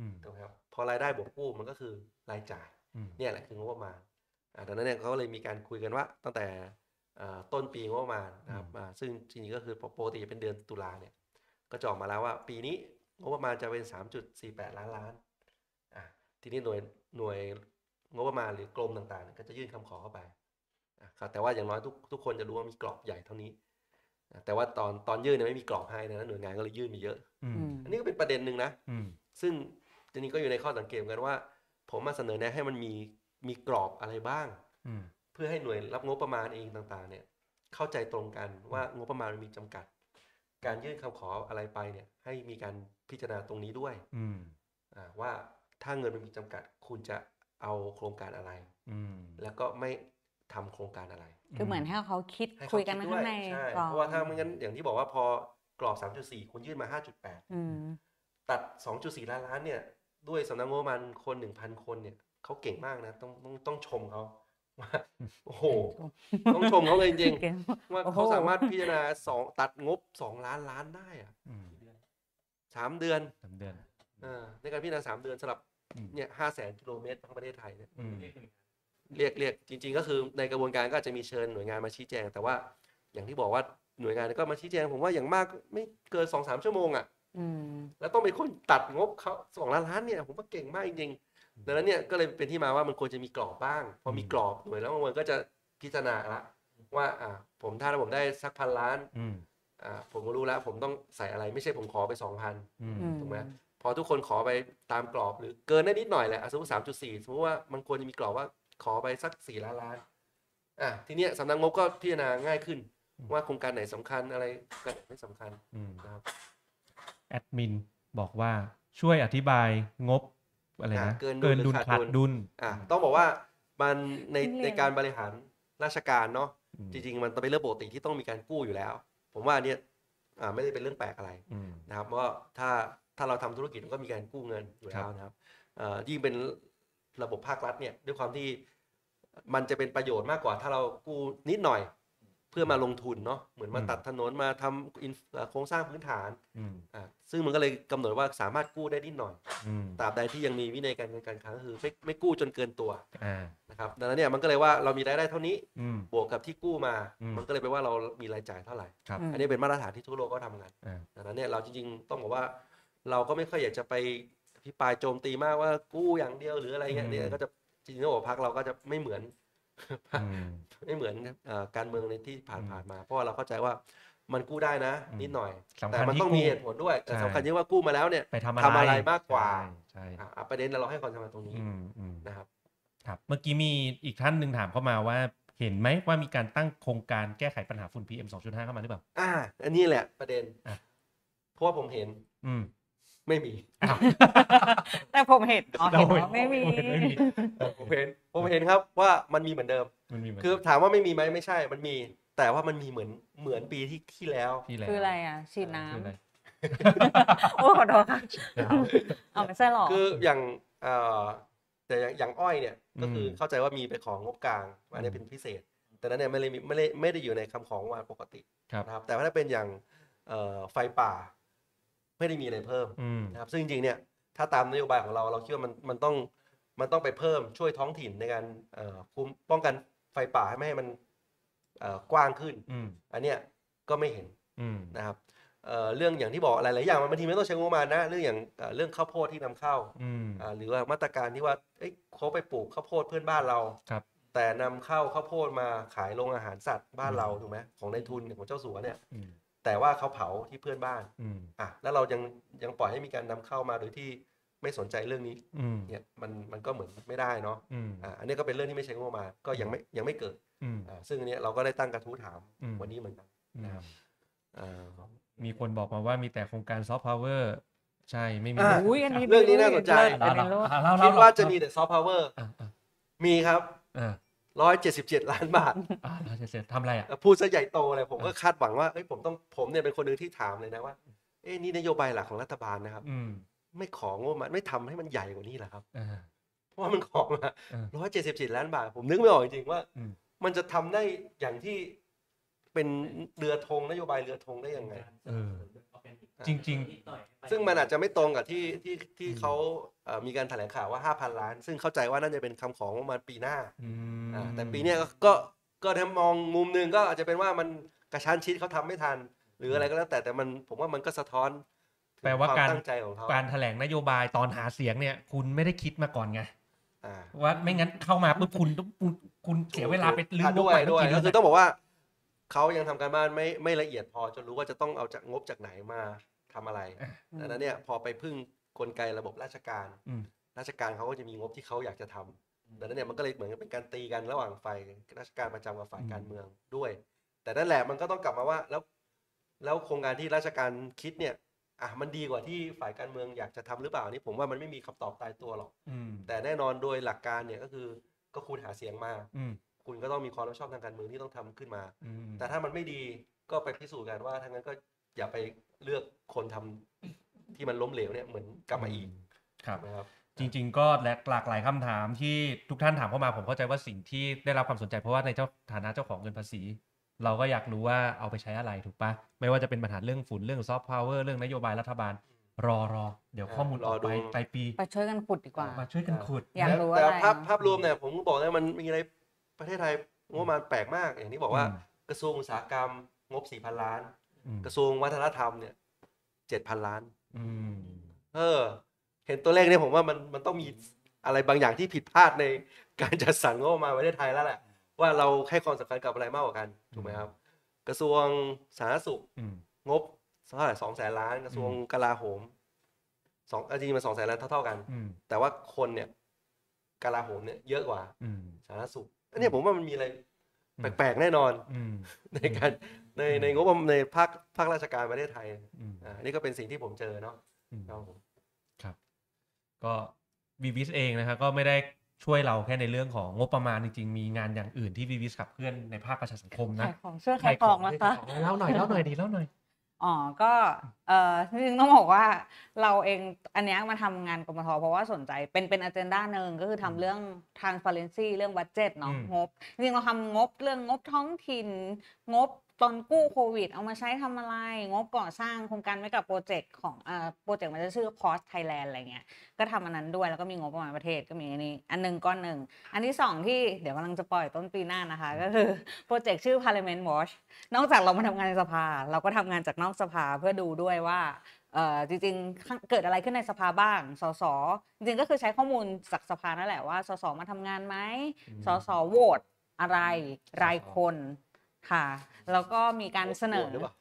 อืม
ถูกไหมครับพอรายได้บวกกู้มันก็คือรายจ่าย
อืม
เนี่ยแหละคืองบประมาณอ่าดังนั้นเนี่ยเขาก็เลยมีการคุยกันว่าตั้งแต่อ่าต้นปีงบประมาณนะครับ
อืม
อ่าซึ่งจริงๆก็คือปกติจะเป็นเดือนตุลาเนี่ยก็ ก็จะออกมาแล้วว่า ปีนี้งบประมาณจะเป็น 3.48 ล้านล้านอ่ะทีนี้หน่วยหน่วยงบประมาณหรือกรมต่างๆเนี่ยก็จะยื่นคำขอเข้าไปอ่ะครับแต่ว่าอย่างน้อยทุกทุกคนจะรู้ว่ามีกรอบใหญ่เท่านี้อ่ะแต่ว่าตอนตอนยื่นเนี่ยไม่มีกรอบให้นะหน่วยงานก็เลยยื่นมาเยอะ
อืม
อืม
อันนี้ก็เป็นประเด็นหนึ่งนะ
อืม
ซึ่งจริงๆก็อยู่ในข้อสังเกตเหมือนกันว่า ผมมาเสนอแนะให้มันมีมีกรอบอะไรบ้าง
อืม
เพื่อให้หน่วยรับงบประมาณเองต่างๆ เนี่ย เข้าใจตรงกันว่างบประมาณมันมีจำกัด การยื่นคำขออะไรไปเนี่ยให้มีการพิจารณาตรงนี้ด้วย
อืม
อ่าว่าถ้าเงินมันมีจำกัด คุณจะเอาโครงการอะไร
อืม
แล้วก็ไม่ทำโครงการอะไร
คือเหมือนให้เขาคิด
ให้เขา
คุยกัน
ดด้
ข้าง
วย
ใน
ใช่
ก่อน
เพราะว่าถ้าไม่งั้นอย่างที่บอกว่าพอกรอบ 3.4 คุณยื่นมา 5.8
อืม
ตัด 2.4 ล้านล้านเนี่ย ด้วยสำนักงบประมาณคน 1,000 คนเนี่ยเขาเก่งมากนะ ต้องต้องต้องชมเขา ว่าโอ้โห ต้องชมเขาเลยจริงๆ ว่า
โอ้โห
เขาสามารถพิจารณาสองตัดงบ 2 ล้านล้านได้อะ
อืม
สามเดือน
สามเดือน
เออในการพิจารณาสามเดือนสำหรับ
อืม
เนี่ยห้าแสนกิโลเมตรทั้งประเทศไทยเนี่ย
อืม
เรียกเรียกจริง ๆ ก็คือในกระบวนการก็อาจจะมีเชิญหน่วยงานมาชี้แจง แต่ว่าอย่างที่บอกว่าหน่วยงานก็มาชี้แจง ผมว่าอย่างมากไม่เกินสองสามชั่วโมงอ่ะ
อืม
แล้วต้องเป็นคนตัดงบเขาสองล้านล้านเนี่ยผมว่าเก่งมากจริงๆดังนั้นเนี่ยก็เลยเป็นที่มาว่ามันควรจะมีกรอบบ้าง พอมีกรอบหน่วยแล้วมันก็จะพิจารณาละว่าอ่าผมถ้าผมได้สักพันล้าน
อืม
อ่าผมก็รู้แล้วผมต้องใส่อะไรไม่ใช่ผมขอไปสองพัน
อืม
ถูกไหม พอทุกคนขอไปตามกรอบหรือเกินได้นิดหน่อยแหละอ่ะสมมติสามจุดสี่สมมติว่ามันควรจะมีกรอบว่าขอไปสักสี่ล้านล้านอ่ะทีเนี้ยสำนักงบก็พิจารณาง่ายขึ้น
อืม
ว่าโครงการไหนสำคัญอะไรโครงการไหนไม่สำคัญ
อืม
นะครับ
แอดมินบอกว่าช่วยอธิบายงบอะไร
อ่ะ
นะ
เกิน
เกิน
หรือ
ดุล
ขาด
ขาด
ดุล
ดุล
อ่ะต้องบอกว่ามันใน
เรียน
ในการบริหารราชการเนาะ
อืม
จริง ๆ มันเป็นเรื่องปกติที่ต้องมีการกู้อยู่แล้ว ผมว่าอันเนี่ยอ่าไม่ได้เป็นเรื่องแปลกอะไร
อืม
นะครับเพราะว่าถ้าถ้าเราทำธุรกิจมันก็มีการกู้เงินอยู่แล้วนะครับเอ่อยิ่งเป็นระบบภาครัฐเนี่ยด้วยความที่มันจะเป็นประโยชน์มากกว่า ถ้าเรากู้นิดหน่อย เพื่อมาลงทุนเนาะเหมือนมา
อืม
ตัดถนนมาทำอินเอ่อโครงสร้างพื้นฐาน
อืม
อ่ะซึ่งมันก็เลยกำหนดว่าสามารถกู้ได้นิดหน่อย
อืม
ตราบใดที่ยังมีวินัยการเงินการคลังก็คือไม่ไม่กู้จนเกินตัว
อ่า
นะครับดังนั้นเนี่ยมันก็เลยว่าเรามีรายได้เท่านี้
อืม
บวกกับที่กู้มา
อืม
มันก็เลยไปลว่าเรามีรายจ่ายเท่าไหร่
ครับ
ม
อันนี้เป็นมาตรฐานที่ทั่วโลกก็ทำกัน
อ่า
ดังนั้นเนี่ยเราจริงๆต้องบอกว่า เราก็ไม่ค่อยอยากจะไปอภิปรายโจมตีมากว่ากู้อย่างเดียวหรืออะไรเงี้ย
อืม
เนี่ยก็จะจริงๆต้องบอกว่าพักเราก็จะไม่เหมือน
อืม
ไม่เหมือนเอ่อการเมืองในที่ผ่าน
อืม
ผ่านมา เพราะว่าเราเข้าใจว่ามันกู้ได้นะ
อืม
นิดหน่อย
สำคัญ
แต่มัน
ที่
ต้องมี
กู้
เหตุผลด้วยแต่
ใช่
สำคัญที่ว่ากู้มาแล้วเนี่ย
ไปทำอะไร
ทำอะไรมากกว่า
ใช่ใช่
อ่ะอ่ะประเด็นเราให้ความสำคัญตรงนี้
อืมอืม
นะครับ
ครับเมื่อกี้มีอีกท่านหนึ่งถามเข้ามาว่าเห็นไหมว่ามีการตั้งโครงการแก้ไขปัญหาฝุ่น PM 2.5 เข้ามาหรือเปล่า
อ่า อันนี้แหละประเด็น
อ่ะ
เพราะว่าผมเห็น
อืม
ไม่มี
อ้าว
แต่ผมเห็นอ๋อเห็น
เราเห็น
ว่าไม่มี
เราเห็นไม่มี
ผมเห็นผมเห็นครับว่ามันมีเหมือนเดิม
มันมีเหมือน
คือถามว่าไม่มีไหมไม่ใช่ มันมี แต่ว่ามันมีเหมือนเหมือนปีที่ที่แล้ว
ที่แล้ว
คืออะไรอ่ะ ฉีด
คืออะไร
น้ำโอ้ขอโทษค่ะเอาไม่ใช่หรอ
คืออย่างเอ่อแต่อย่างอย่างอ้อยเนี่ยก็คือเข้าใจว่ามีไปของงบกลางอันนี้เป็นพิเศษ แต่นั้นเนี่ยไม่ได้มีไม่ได้ไม่ได้อยู่ในคำของวันปกติ
ครับ
นะครับ แต่ว่าถ้าเป็นอย่างเอ่อไฟป่า ไม่ได้มีอะไรเพิ่ม
อืม
นะครับ ซึ่งจริงๆเนี่ยถ้าตามนโยบายของเราเราคิดว่ามันมันต้องมันต้องไปเพิ่มช่วยท้องถิ่นในการเอ่อคุมป้องกันไฟป่าให้ไม่ให้มันเอ่อกว้างขึ้น
อืม
อันเนี้ยก็ไม่เห็น
อืม
นะครับเอ่อเรื่องอย่างที่บอกหลายๆอย่างมันบางทีไม่ต้องใช้งบประมาณนะเรื่องอย่างเอ่อเรื่องข้าวโพดที่นำเข้า
อืม
อ่าหรือว่ามาตรการที่ว่าเอ้ยเขาไปปลูกข้าวโพดเพื่อนบ้านเรา
ครับ
แต่นำเข้าข้าวโพดมาขายโรงอาหารสัตว์บ้าน
อืม
เราถูกไหมของในายทุนของเจ้าสัวเนี่ย
อืม
แต่ว่าเขาเผาที่เพื่อนบ้าน
อืม
อ่ะแล้วเรายังยังปล่อยให้มีการนำเข้ามาโดยที่ไม่สนใจเรื่องนี้
อืม
เนี่ยมันมันก็เหมือนไม่ได้เนาะ
อืม
อ่ะอันนี้ก็เป็นเรื่องที่ไม่ใช้งบประมาณก็ยังไม่ยังไม่เกิด
อืม
อ่ะซึ่งอันเนี้ยเราก็ได้ตั้งกระทู้ถาม
อืม
วันนี้เหมือนกัน นะครับ อ่า
มีคนบอกมาว่ามีแต่โครงการซอฟต์พาวเวอร์ใช่ไม่มี
อ่ะ
อุ้ยอันนี้
เรื่องนี้น่าสนใจ
เลิศอันนี้เลิศ
อ่ะเล่เล่
คิดว่าจะมีแต่ซอฟต์พาวเวอร์
อ่ะอ่ะ
มีครับ
อ่ะ
177 ล้านบาท
อ่ะเราจะเสร็จทำอะไรอ่ะ
พูดซะใหญ่โตเลยผมก็คาดหวังว่าเอ้ยผมต้องผมเนี่ยเป็นคนหนึ่งที่ถามเลยนะว่า เอ้ยนี่นโยบายหลักของรัฐบาลนะครับ
อืม
ไม่ของงบประมันไม่ทำให้มันใหญ่กว่านี้เหรอครับ
อ่า
เพราะว่ามันของมา
เออ
177 ล้านบาท ผมนึกไม่ออกจริงๆว่า
อืม
มันจะทำได้อย่างที่เป็นเรือธงนโยบายเรือธงได้ยังไง
เออ จริง
ซึ่งมันอาจจะไม่ตรงกับที่ที่ที่เขาเอ่อมีการแถลงข่าวว่า 5,000 ล้าน ซึ่งเข้าใจว่าน่าจะเป็นคำของประมาณปีหน้า
ๆอืม
อ่าแต่ปีเนี้ยก็ก็ก็ถ้ามองมุมหนึ่งก็อาจจะเป็นว่ามันกระชั้นชิดเขาทำไม่ทัน หรืออะไรก็แล้วแต่แต่มันผมว่ามันก็สะท้อน
แปลว่ากาว
คาร มตั้งใจของเขา
การแถลงนโยบายตอนหาเสียงเนี่ย คุณไม่ได้คิดมาก่อนไง
อ่า
ว่าไม่งั้นเข้ามาปุ๊บคุณต้องคุณคุณเสียเวลาไปลืม
อ่ะ
ง
ด้
บ
วย
ใหม่
ด้วย
กี่เรื่
ก็
ง
คือต้องบอกว่าเขายังทำการบ้านไม่ไม่ละเอียดพอจนรู้ว่าจะต้องเอาจากงบจากไหนมาทำอะไรดังนั้นเนี่ยพอไปพึ่งกลไกระบบราชการ
อืม
ราชการเขาก็จะมีงบที่เขาอยากจะทำดังนั้นเนี่ยมันก็เลยเหมือนกับเป็นการตีกันระหว่างฝ่ายราชการประจำกับฝ่ายการเมืองด้วย แต่นั่นแหละมันก็ต้องกลับมาว่าแล้ว แล้วโครงการที่ราชการคิดเนี่ยอ่ะมันดีกว่าที่ฝ่ายการเมืองอยากจะทำหรือเปล่าอันนี่ผมว่ามันไม่มีคำตอบตายตัวหรอก
อืม
แต่แน่นอนโดยหลักการเนี่ยก็คือก็คุณหาเสียงมา
อืม
คุณก็ต้องมีความรับผิดชอบทางการเมืองที่ต้องทำขึ้นมา
อืม
แต่ถ้ามันไม่ดีก็ไปพิสูจน์กันว่าทั้างนั้นก็อย่าไปเลือกคนทำที่มันล้มเหลวเนี่ยเหมือนกลับมาอีก
ครับ
นะครับ
จริงๆ ก็หลากหลากหลายคำถามที่ทุกท่านถามเข้ามาผมเข้าใจว่าสิ่งที่ได้รับความสนใจเพราะว่าในเจ้าฐานะเจ้าของเงินภาษี เราก็อยากรู้ว่าเอาไปใช้อะไรถูกปะไม่ว่าจะเป็นปัญหาเรื่องฝุ่นเรื่องซอฟต์พาวเวอร์เรื่องนโยบายรัฐบาล รอรอเดี๋ยวข้อมูลออก
รอ
ไป
ดู
ปลายปี
ไปช่วยกันขุดดีกว่า
มาช่วยกันขุด
อยากรู้
นะ
แต่
อะไร
ภาพ
นะ
ภาพรวมเนี่ยผมก็บอกเลยมันมีอะไรประเทศไทยงบประมาณแปลกมาก อย่างที่บอกว่า
อืม
กระทรวงอุตสาหกรรมงบสี่พันล้าน
อืม
กระทรวงวัฒนธรรมเนี่ยเจ็ดพันล้าน
อืม
เออ เห็นตัวเลขเนี่ยผมว่ามันมันต้องมีอะไรบางอย่างที่ผิดพลาดในการจัดสรรงบประมาณประเทศไทยแล้วแหละว่าเราให้ความสำคัญกับอะไรมากกว่ากันถูกไหมครับ กระทรวงสาธารณสุข
อืม
งบเท่าไหร่สองแสนล้านกระทรวง
อืม
กลาโหมสองเอาจริงๆมันสองแสนล้านเท่าๆกัน
อืม
แต่ว่าคนเนี่ยกลาโหมเนี่ยเยอะกว่า
อืม
สาธารณสุขอันเนี้ยผมว่ามันมีอะไร
อืม
แปลกๆแน่นอน
อืม
ในการใน
อืม
ในงบประมาณในภาคภาคราชการประเทศไทย
อืม
อ่านี่ก็เป็นสิ่งที่ผมเจอเนาะ
อืม
ครับผม
ครับก็วีวิสเองนะครับก็ไม่ได้ช่วยเราแค่ในเรื่องของงบประมาณจริงๆ มีงานอย่างอื่นที่วีวิสขับเคลื่อนในภาคประชาสังคมนะ
ขายของช่วยขายของ
แล้
แล้ว วคะ
เล่าหน่อยเล่าหน่อยดีเล่าหน่อย
อ๋อ ก็เอ่อจริงๆต้องบอกว่าเราเองอันเนี้ยมาทำงานกมทเพราะว่าสนใจเป็นเป็นอ g e n d a หนึ่งก็คือทำเรื่อง transparency เรื่อง budget เนาะ
อืม
งบ จริงๆเราทำงบเรื่องงบท้องถิ่น งบตอนกู้โควิด เอามาใช้ทำอะไร งบก่อสร้างโครงการไม่กับโปรเจกต์ของเอ่อโปรเจกต์มันจะชื่อ Cost Thailand อะไรเงี้ย ก็ทำอันนั้นด้วยแล้วก็มีงบประมาณประเทศก็มีอันนี้ อันหนึ่งก้อนหนึ่ง อันที่สองที่เดี๋ยวกำลังจะปล่อยต้นปีหน้านะคะ ก็คือโปรเจกต์ชื่อ Parliament Watch นอกจากเรามาทำงานในสภา เราก็ทำงานจากนอกสภาเพื่อดูด้วยว่าเอ่อจริงๆข้างเกิดอะไรขึ้นในสภาบ้าง สส จริงๆก็คือใช้ข้อมูลจากสภานั่นแหละว่า สส มาทำงานไหม สส โหวตอะไร รายคนค่ะ แล้วก็มีการเสนอ
โหวตหรือเปล่า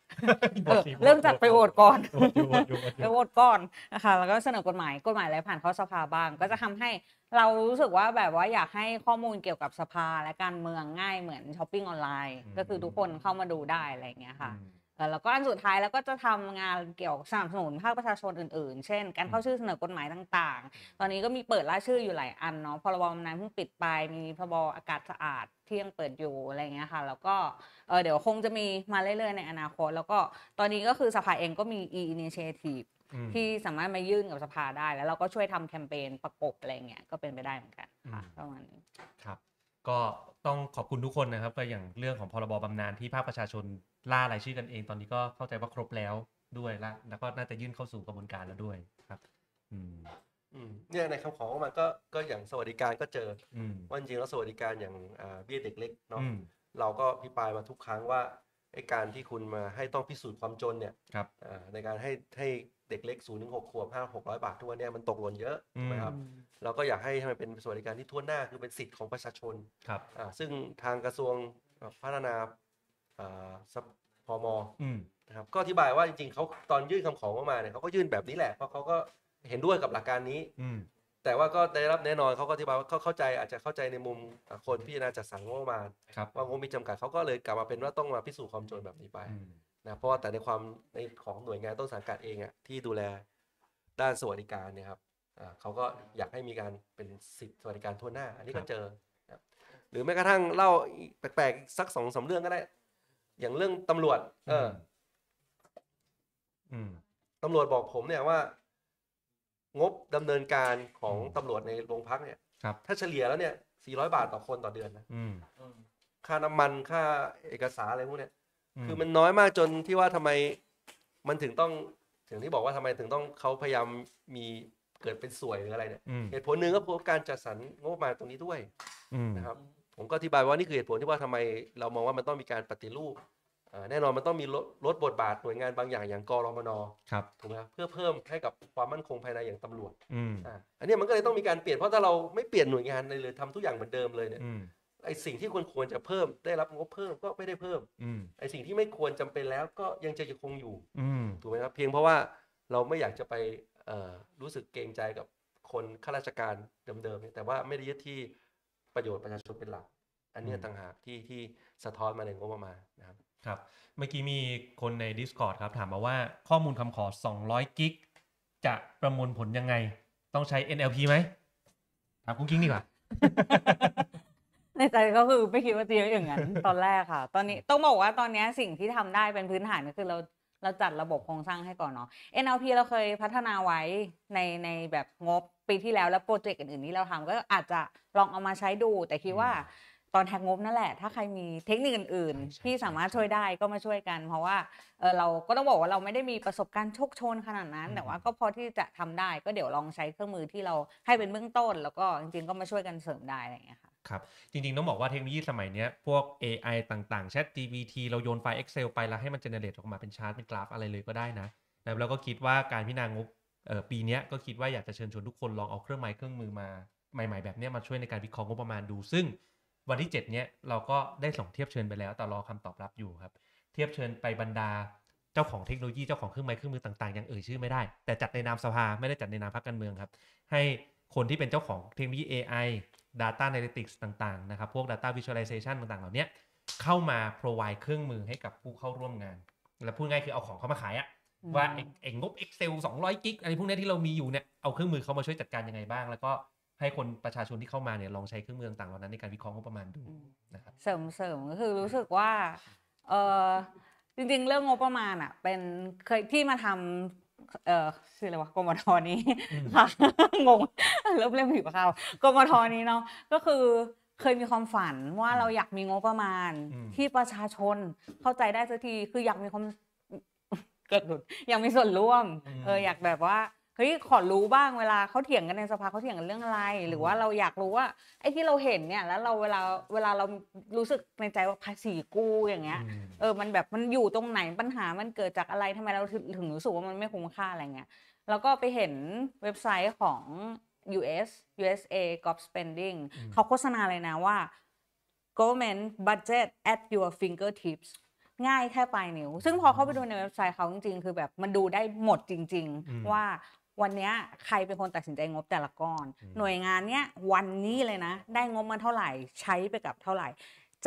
เออเริ่มจากไปโหวตก่อน
โหวตอยู่โหวตอยู่โหวตอ
ไป
ยู่
โหวตก่อนนะคะแล้วก็เสนอกฎหมายกฎหมายอะไรผ่านเข้าสภาบ้าง ก็จะทำให้เรารู้สึกว่าแบบว่าอยากให้ข้อมูลเกี่ยวกับสภาและการเมืองง่ายเหมือนช้อปปิ้งออนไลน์ก็คือทุกคนเข้ามาดูได้อะไรอย่างเงี้ยค่ะ เอ่อแล้วก็อันสุดท้ายแล้วก็จะทำงานเกี่ยวกับสนับสนุนภาคประชาชนอื่นๆ เช่น การเข้าชื่อเสนอกฎหมายต่างๆ ตอนนี้ก็มีเปิดล่ายชื่ออยู่หลายอันเนาะ พรบอำนานเพิ่งปิดไป มีพรบอากาศสะอาดที่ยังเปิดอยู่อะไรอย่างเงี้ยค่ะ แล้วก็เอ่อเดี๋ยวคงจะมีมาเรื่อยๆในอนาคต แล้วก็ตอนนี้ก็คือสภาเองก็มี e-initiative
อืม
ที่สามารถมายื่นกับสภาได้ แล้วเราก็ช่วยทำแคมเปญประกบอะไรอย่างเงี้ย ก็เป็นไปได้เหมือนกันค่ะ
อืม
ประมาณนี้
ครับก็ต้องขอบคุณทุกคนนะครับ ก็อย่างเรื่องของพรบบำนาญที่ภาคประชาชนล่ารายชื่อกันเองตอนนี้ก็เข้าใจว่าครบแล้วด้วยละแล้วก็น่าจะยื่นเข้าสู่กระบวนการแล้วด้วยครับ อืม
อืมเนี่ยในคำขอของมันก็ก็อย่างสวัสดิการก็เจอ
อืม
ว่าจริงๆแล้วสวัสดิการอย่างอ่าเบี้ยเด็กเล็กเนาะ
อืม
เราก็พิปรายมาทุกครั้งว่าไอ้การที่คุณมาให้ต้องพิสูจน์ความจนเนี่ย
ครับ
อ่าในการให้ให้เด็กเล็กศูนย์ถึงหกขวบห้าหกร้อยบาททุกวันเนี่ยมันตกหล่นเยอะถูกไหมครับ
อืม
เราก็อยากให้ให้มันเป็นสวัสดิการที่ทั่วหน้าคือเป็นสิทธิ์ของประชาชน
ครับ
อ่าซึ่งทางกระทรวงพัฒนาอ่าสัพพม
อืม
นะครับก็อธิบายว่าจริงๆเขาตอนยื่นคำของออกมาเนี่ยเขาก็ยื่นแบบนี้แหละเพราะเขาก็เห็นด้วยกับหลักการนี้
อืม
แต่ว่าก็ได้รับแน่นอนเขาก็อธิบายว่าเขาเข้าใจอาจจะเข้าใจในมุมอ่ะคนพิจารณาจัดสรรงบประมาณ
ครับ
ว่างบมีจำกัดเขาก็เลยกลับมาเป็นว่าต้องมาพิสูจน์ความจนแบบนี้ไป
อืม
นะเพราะว่าแต่ในความในของหน่วยงานต้นสังกัดเองอ่ะที่ดูแลด้านสวัสดิการเนี่ยครับอ่าเขาก็อยากให้มีการเป็นสิทธิสวัสดิการทั่วหน้า อันนี้
ค
ก็
รับ
เจอนะครับหรือแม้กระทั่งเล่าอีกแปลกๆอีกสักสองสามเรื่องก็ได้ อย่างเรื่องตำรวจเออ
อืม
ตำรวจบอกผมเนี่ยว่า งบดำเนินการของ
อืม
ตำรวจในโรงพักเนี่ย
ครับ
ถ้าเฉลี่ยแล้วเนี่ย 400 บาทต่อคนต่อเดือนนะ
อืม
ค่าน้ำมันค่าเอกสารอะไรพวกเนี้ย
ม
คือมันน้อยมากจนที่ว่าทำไมมันถึงต้อง ถึงที่บอกว่าทำไมถึงต้องเขาพยายามมีเกิดเป็นสวยหรืออะไรเนี่ย
อืม
เหตุผลหนึ่งก็เพราะการจัดสรรงบประมาณตรงนี้ด้วย
อืม
นะครับ ผมก็อธิบายว่านี่คือเหตุผลที่ว่าทำไมเรามองว่ามันต้องมีการปฏิรูป อ่าแน่นอนมันต้องมีลดลดบทบาทหน่วยงานบางอย่างอย่างกรมน
ครับ
ถูกไหมครับเพื่อเพิ่มให้กับความมั่นคงภายในอย่างตำรวจ
อืม
อ่าอันเนี้ยมันก็เลยต้องมีการเปลี่ยนเพราะถ้าเราไม่เปลี่ยนหน่วยงานเลยเลยทำทุกอย่างเหมือนเดิมเลยเนี่ย
อืม
ไอสิ่งที่ควรควรจะเพิ่มได้รับงบเพิ่มก็ไม่ได้เพิ่ม
อืม
ไอสิ่งที่ไม่ควรจำเป็นแล้วก็ยังจะคงอยู่
อืม
ถูกไหมครับเพียงเพราะว่าเราไม่อยากจะไปเอ่อรู้สึกเกรงใจกับคนข้าราชการเดิมๆเนี่ยแต่ว่าไม่ได้ยึดที่ประโยชน์ประชาชนเป็นหลัก อันเนี้ยต่างหากที่ที่สะท้อนมาในงบประมาณนะครับ
ครับ เมื่อกี้มีคนใน Discord ครับ ถามมาว่าข้อมูลคำขอ 200 กิก จะประมวลผลยังไง ต้องใช้ NLP ไหมถามคุณกิ้งดีกว่า
ในใจก็คือไม่คิดว่าจะเยอะอย่างนั้น ตอนแรกค่ะ ตอนนี้ต้องบอกว่าตอนนี้สิ่งที่ทำได้เป็นพื้นฐานก็คือเราเราจัดระบบโครงสร้างให้ก่อนเนาะ NLP เราเคยพัฒนาไว้ในในแบบงบปีที่แล้วและโปรเจกต์อื่นๆที่เราทำก็อาจจะลองเอามาใช้ดู แต่คิดว่าตอนแหกงบนั่นแหละ ถ้าใครมีเทคนิคอื่น
ใช่ใช่
ๆ ที่สามารถช่วยได้ก็มาช่วยกัน เพราะว่าเออเราก็ต้องบอกว่าเราไม่ได้มีประสบการณ์โชคโชนขนาดนั้น แต่ว่าก็พอที่จะทำได้ก็เดี๋ยวลองใช้เครื่องมือที่เราให้เป็นเบื้องต้น แล้วก็จริงๆก็มาช่วยกันเสริมได้อะไรอย่างเงี้ยค่ะ
จริง ๆ ต้องบอกว่าเทคโนโลยีสมัยเนี้ยพวก AI ต่างๆ Chat GPT เราโยนไฟล์ Excel ไปแล้วให้มันเจเนเรตออกมาเป็นชาร์ตเป็นกราฟอะไรเลยก็ได้นะนะครับแล้วก็คิดว่าการพิจารณางบเอ่อปีเนี้ยก็คิดว่าอยากจะเชิญชวนทุกคนลองเอาเครื่องไม้เครื่องมือมาใหม่ ๆ แบบเนี้ยมาช่วยในการวิเคราะห์งบประมาณดู ซึ่งวันที่ 7 เนี้ยเราก็ได้ส่งเทียบเชิญไปแล้วแต่รอคำตอบรับอยู่ครับ เทียบเชิญไปบรรดาเจ้าของเทคโนโลยีเจ้าของเครื่องไม้เครื่องมือต่างๆยังเอ่ยชื่อไม่ได้ แต่จัดในนามสภาไม่ได้จัดในนามพรรคการเมืองครับ ให้คนที่เป็นเจ้าของเทคโนโลยี AI Data Analytics ต่างๆ นะครับ พวก Data Visualization ต่างๆ เหล่าเนี้ยเข้ามา provide เครื่องมือให้กับผู้เข้าร่วมงาน และพูดง่ายคือเอาของเขามาขายอะว่าไอ้ไอ้งบ Excel 200 กิกอะไรพวกเนี้ยที่เรามีอยู่เนี่ยเอาเครื่องมือเขามาช่วยจัดการยังไงบ้าง แล้วก็ให้คนประชาชนที่เข้ามาเนี่ยลองใช้เครื่องมือต่างๆเหล่านั้นในการวิเคราะห์งบประมาณดูนะครับ
เสริมเสริมก็คือรู้สึกว่าเออจริงๆ เรื่องงบประมาณอ่ะ เป็นเคยที่มาทำเออชื่ออะไรวะกมทนี้
อืม
ค่ะ งงเริ่มเริ่มผิวข้าวกมทนี้เนาะก็คือเคยมีความฝันว่าเราอยากมีงบประมาณ
อืม
ที่ประชาชนเข้าใจได้สักทีคืออยากมีความ เกิดหลุดอยากมีส่วนร่วม
อืม
เอออยากแบบว่าเฮ้ยขอรู้บ้างเวลาเขาเถียงกันในสภาเขาเถียงกันเรื่องอะไร หรือว่าเราอยากรู้ว่าไอ้ที่เราเห็นเนี่ย แล้วเราเวลาเวลาเรารู้สึกในใจว่าภาษีกูอย่างเงี้ย
อืม
เออ มันแบบมันอยู่ตรงไหนปัญหามันเกิดจากอะไรทำไมเราถึงถึงรู้สึกว่ามันไม่คุ้มค่าอะไรเงี้ย แล้วก็ไปเห็นเว็บไซต์ของ US USA Gov Spending
อืม
เขาโฆษณาเลยนะว่า government budget at your fingertips ง่ายแค่ปลายนิ้ว ซึ่งพอเข้าไปดูในเว็บไซต์เขาจริงๆ คือแบบมันดูได้หมดจริง
อืม
ๆ ว่าวันเนี้ยใครเป็นคนตัดสินใจงบแต่ละก้อน
อืม
หน่วยงานเนี้ยวันนี้เลยนะ ได้งบมาเท่าไหร่ใช้ไปกับเท่าไหร่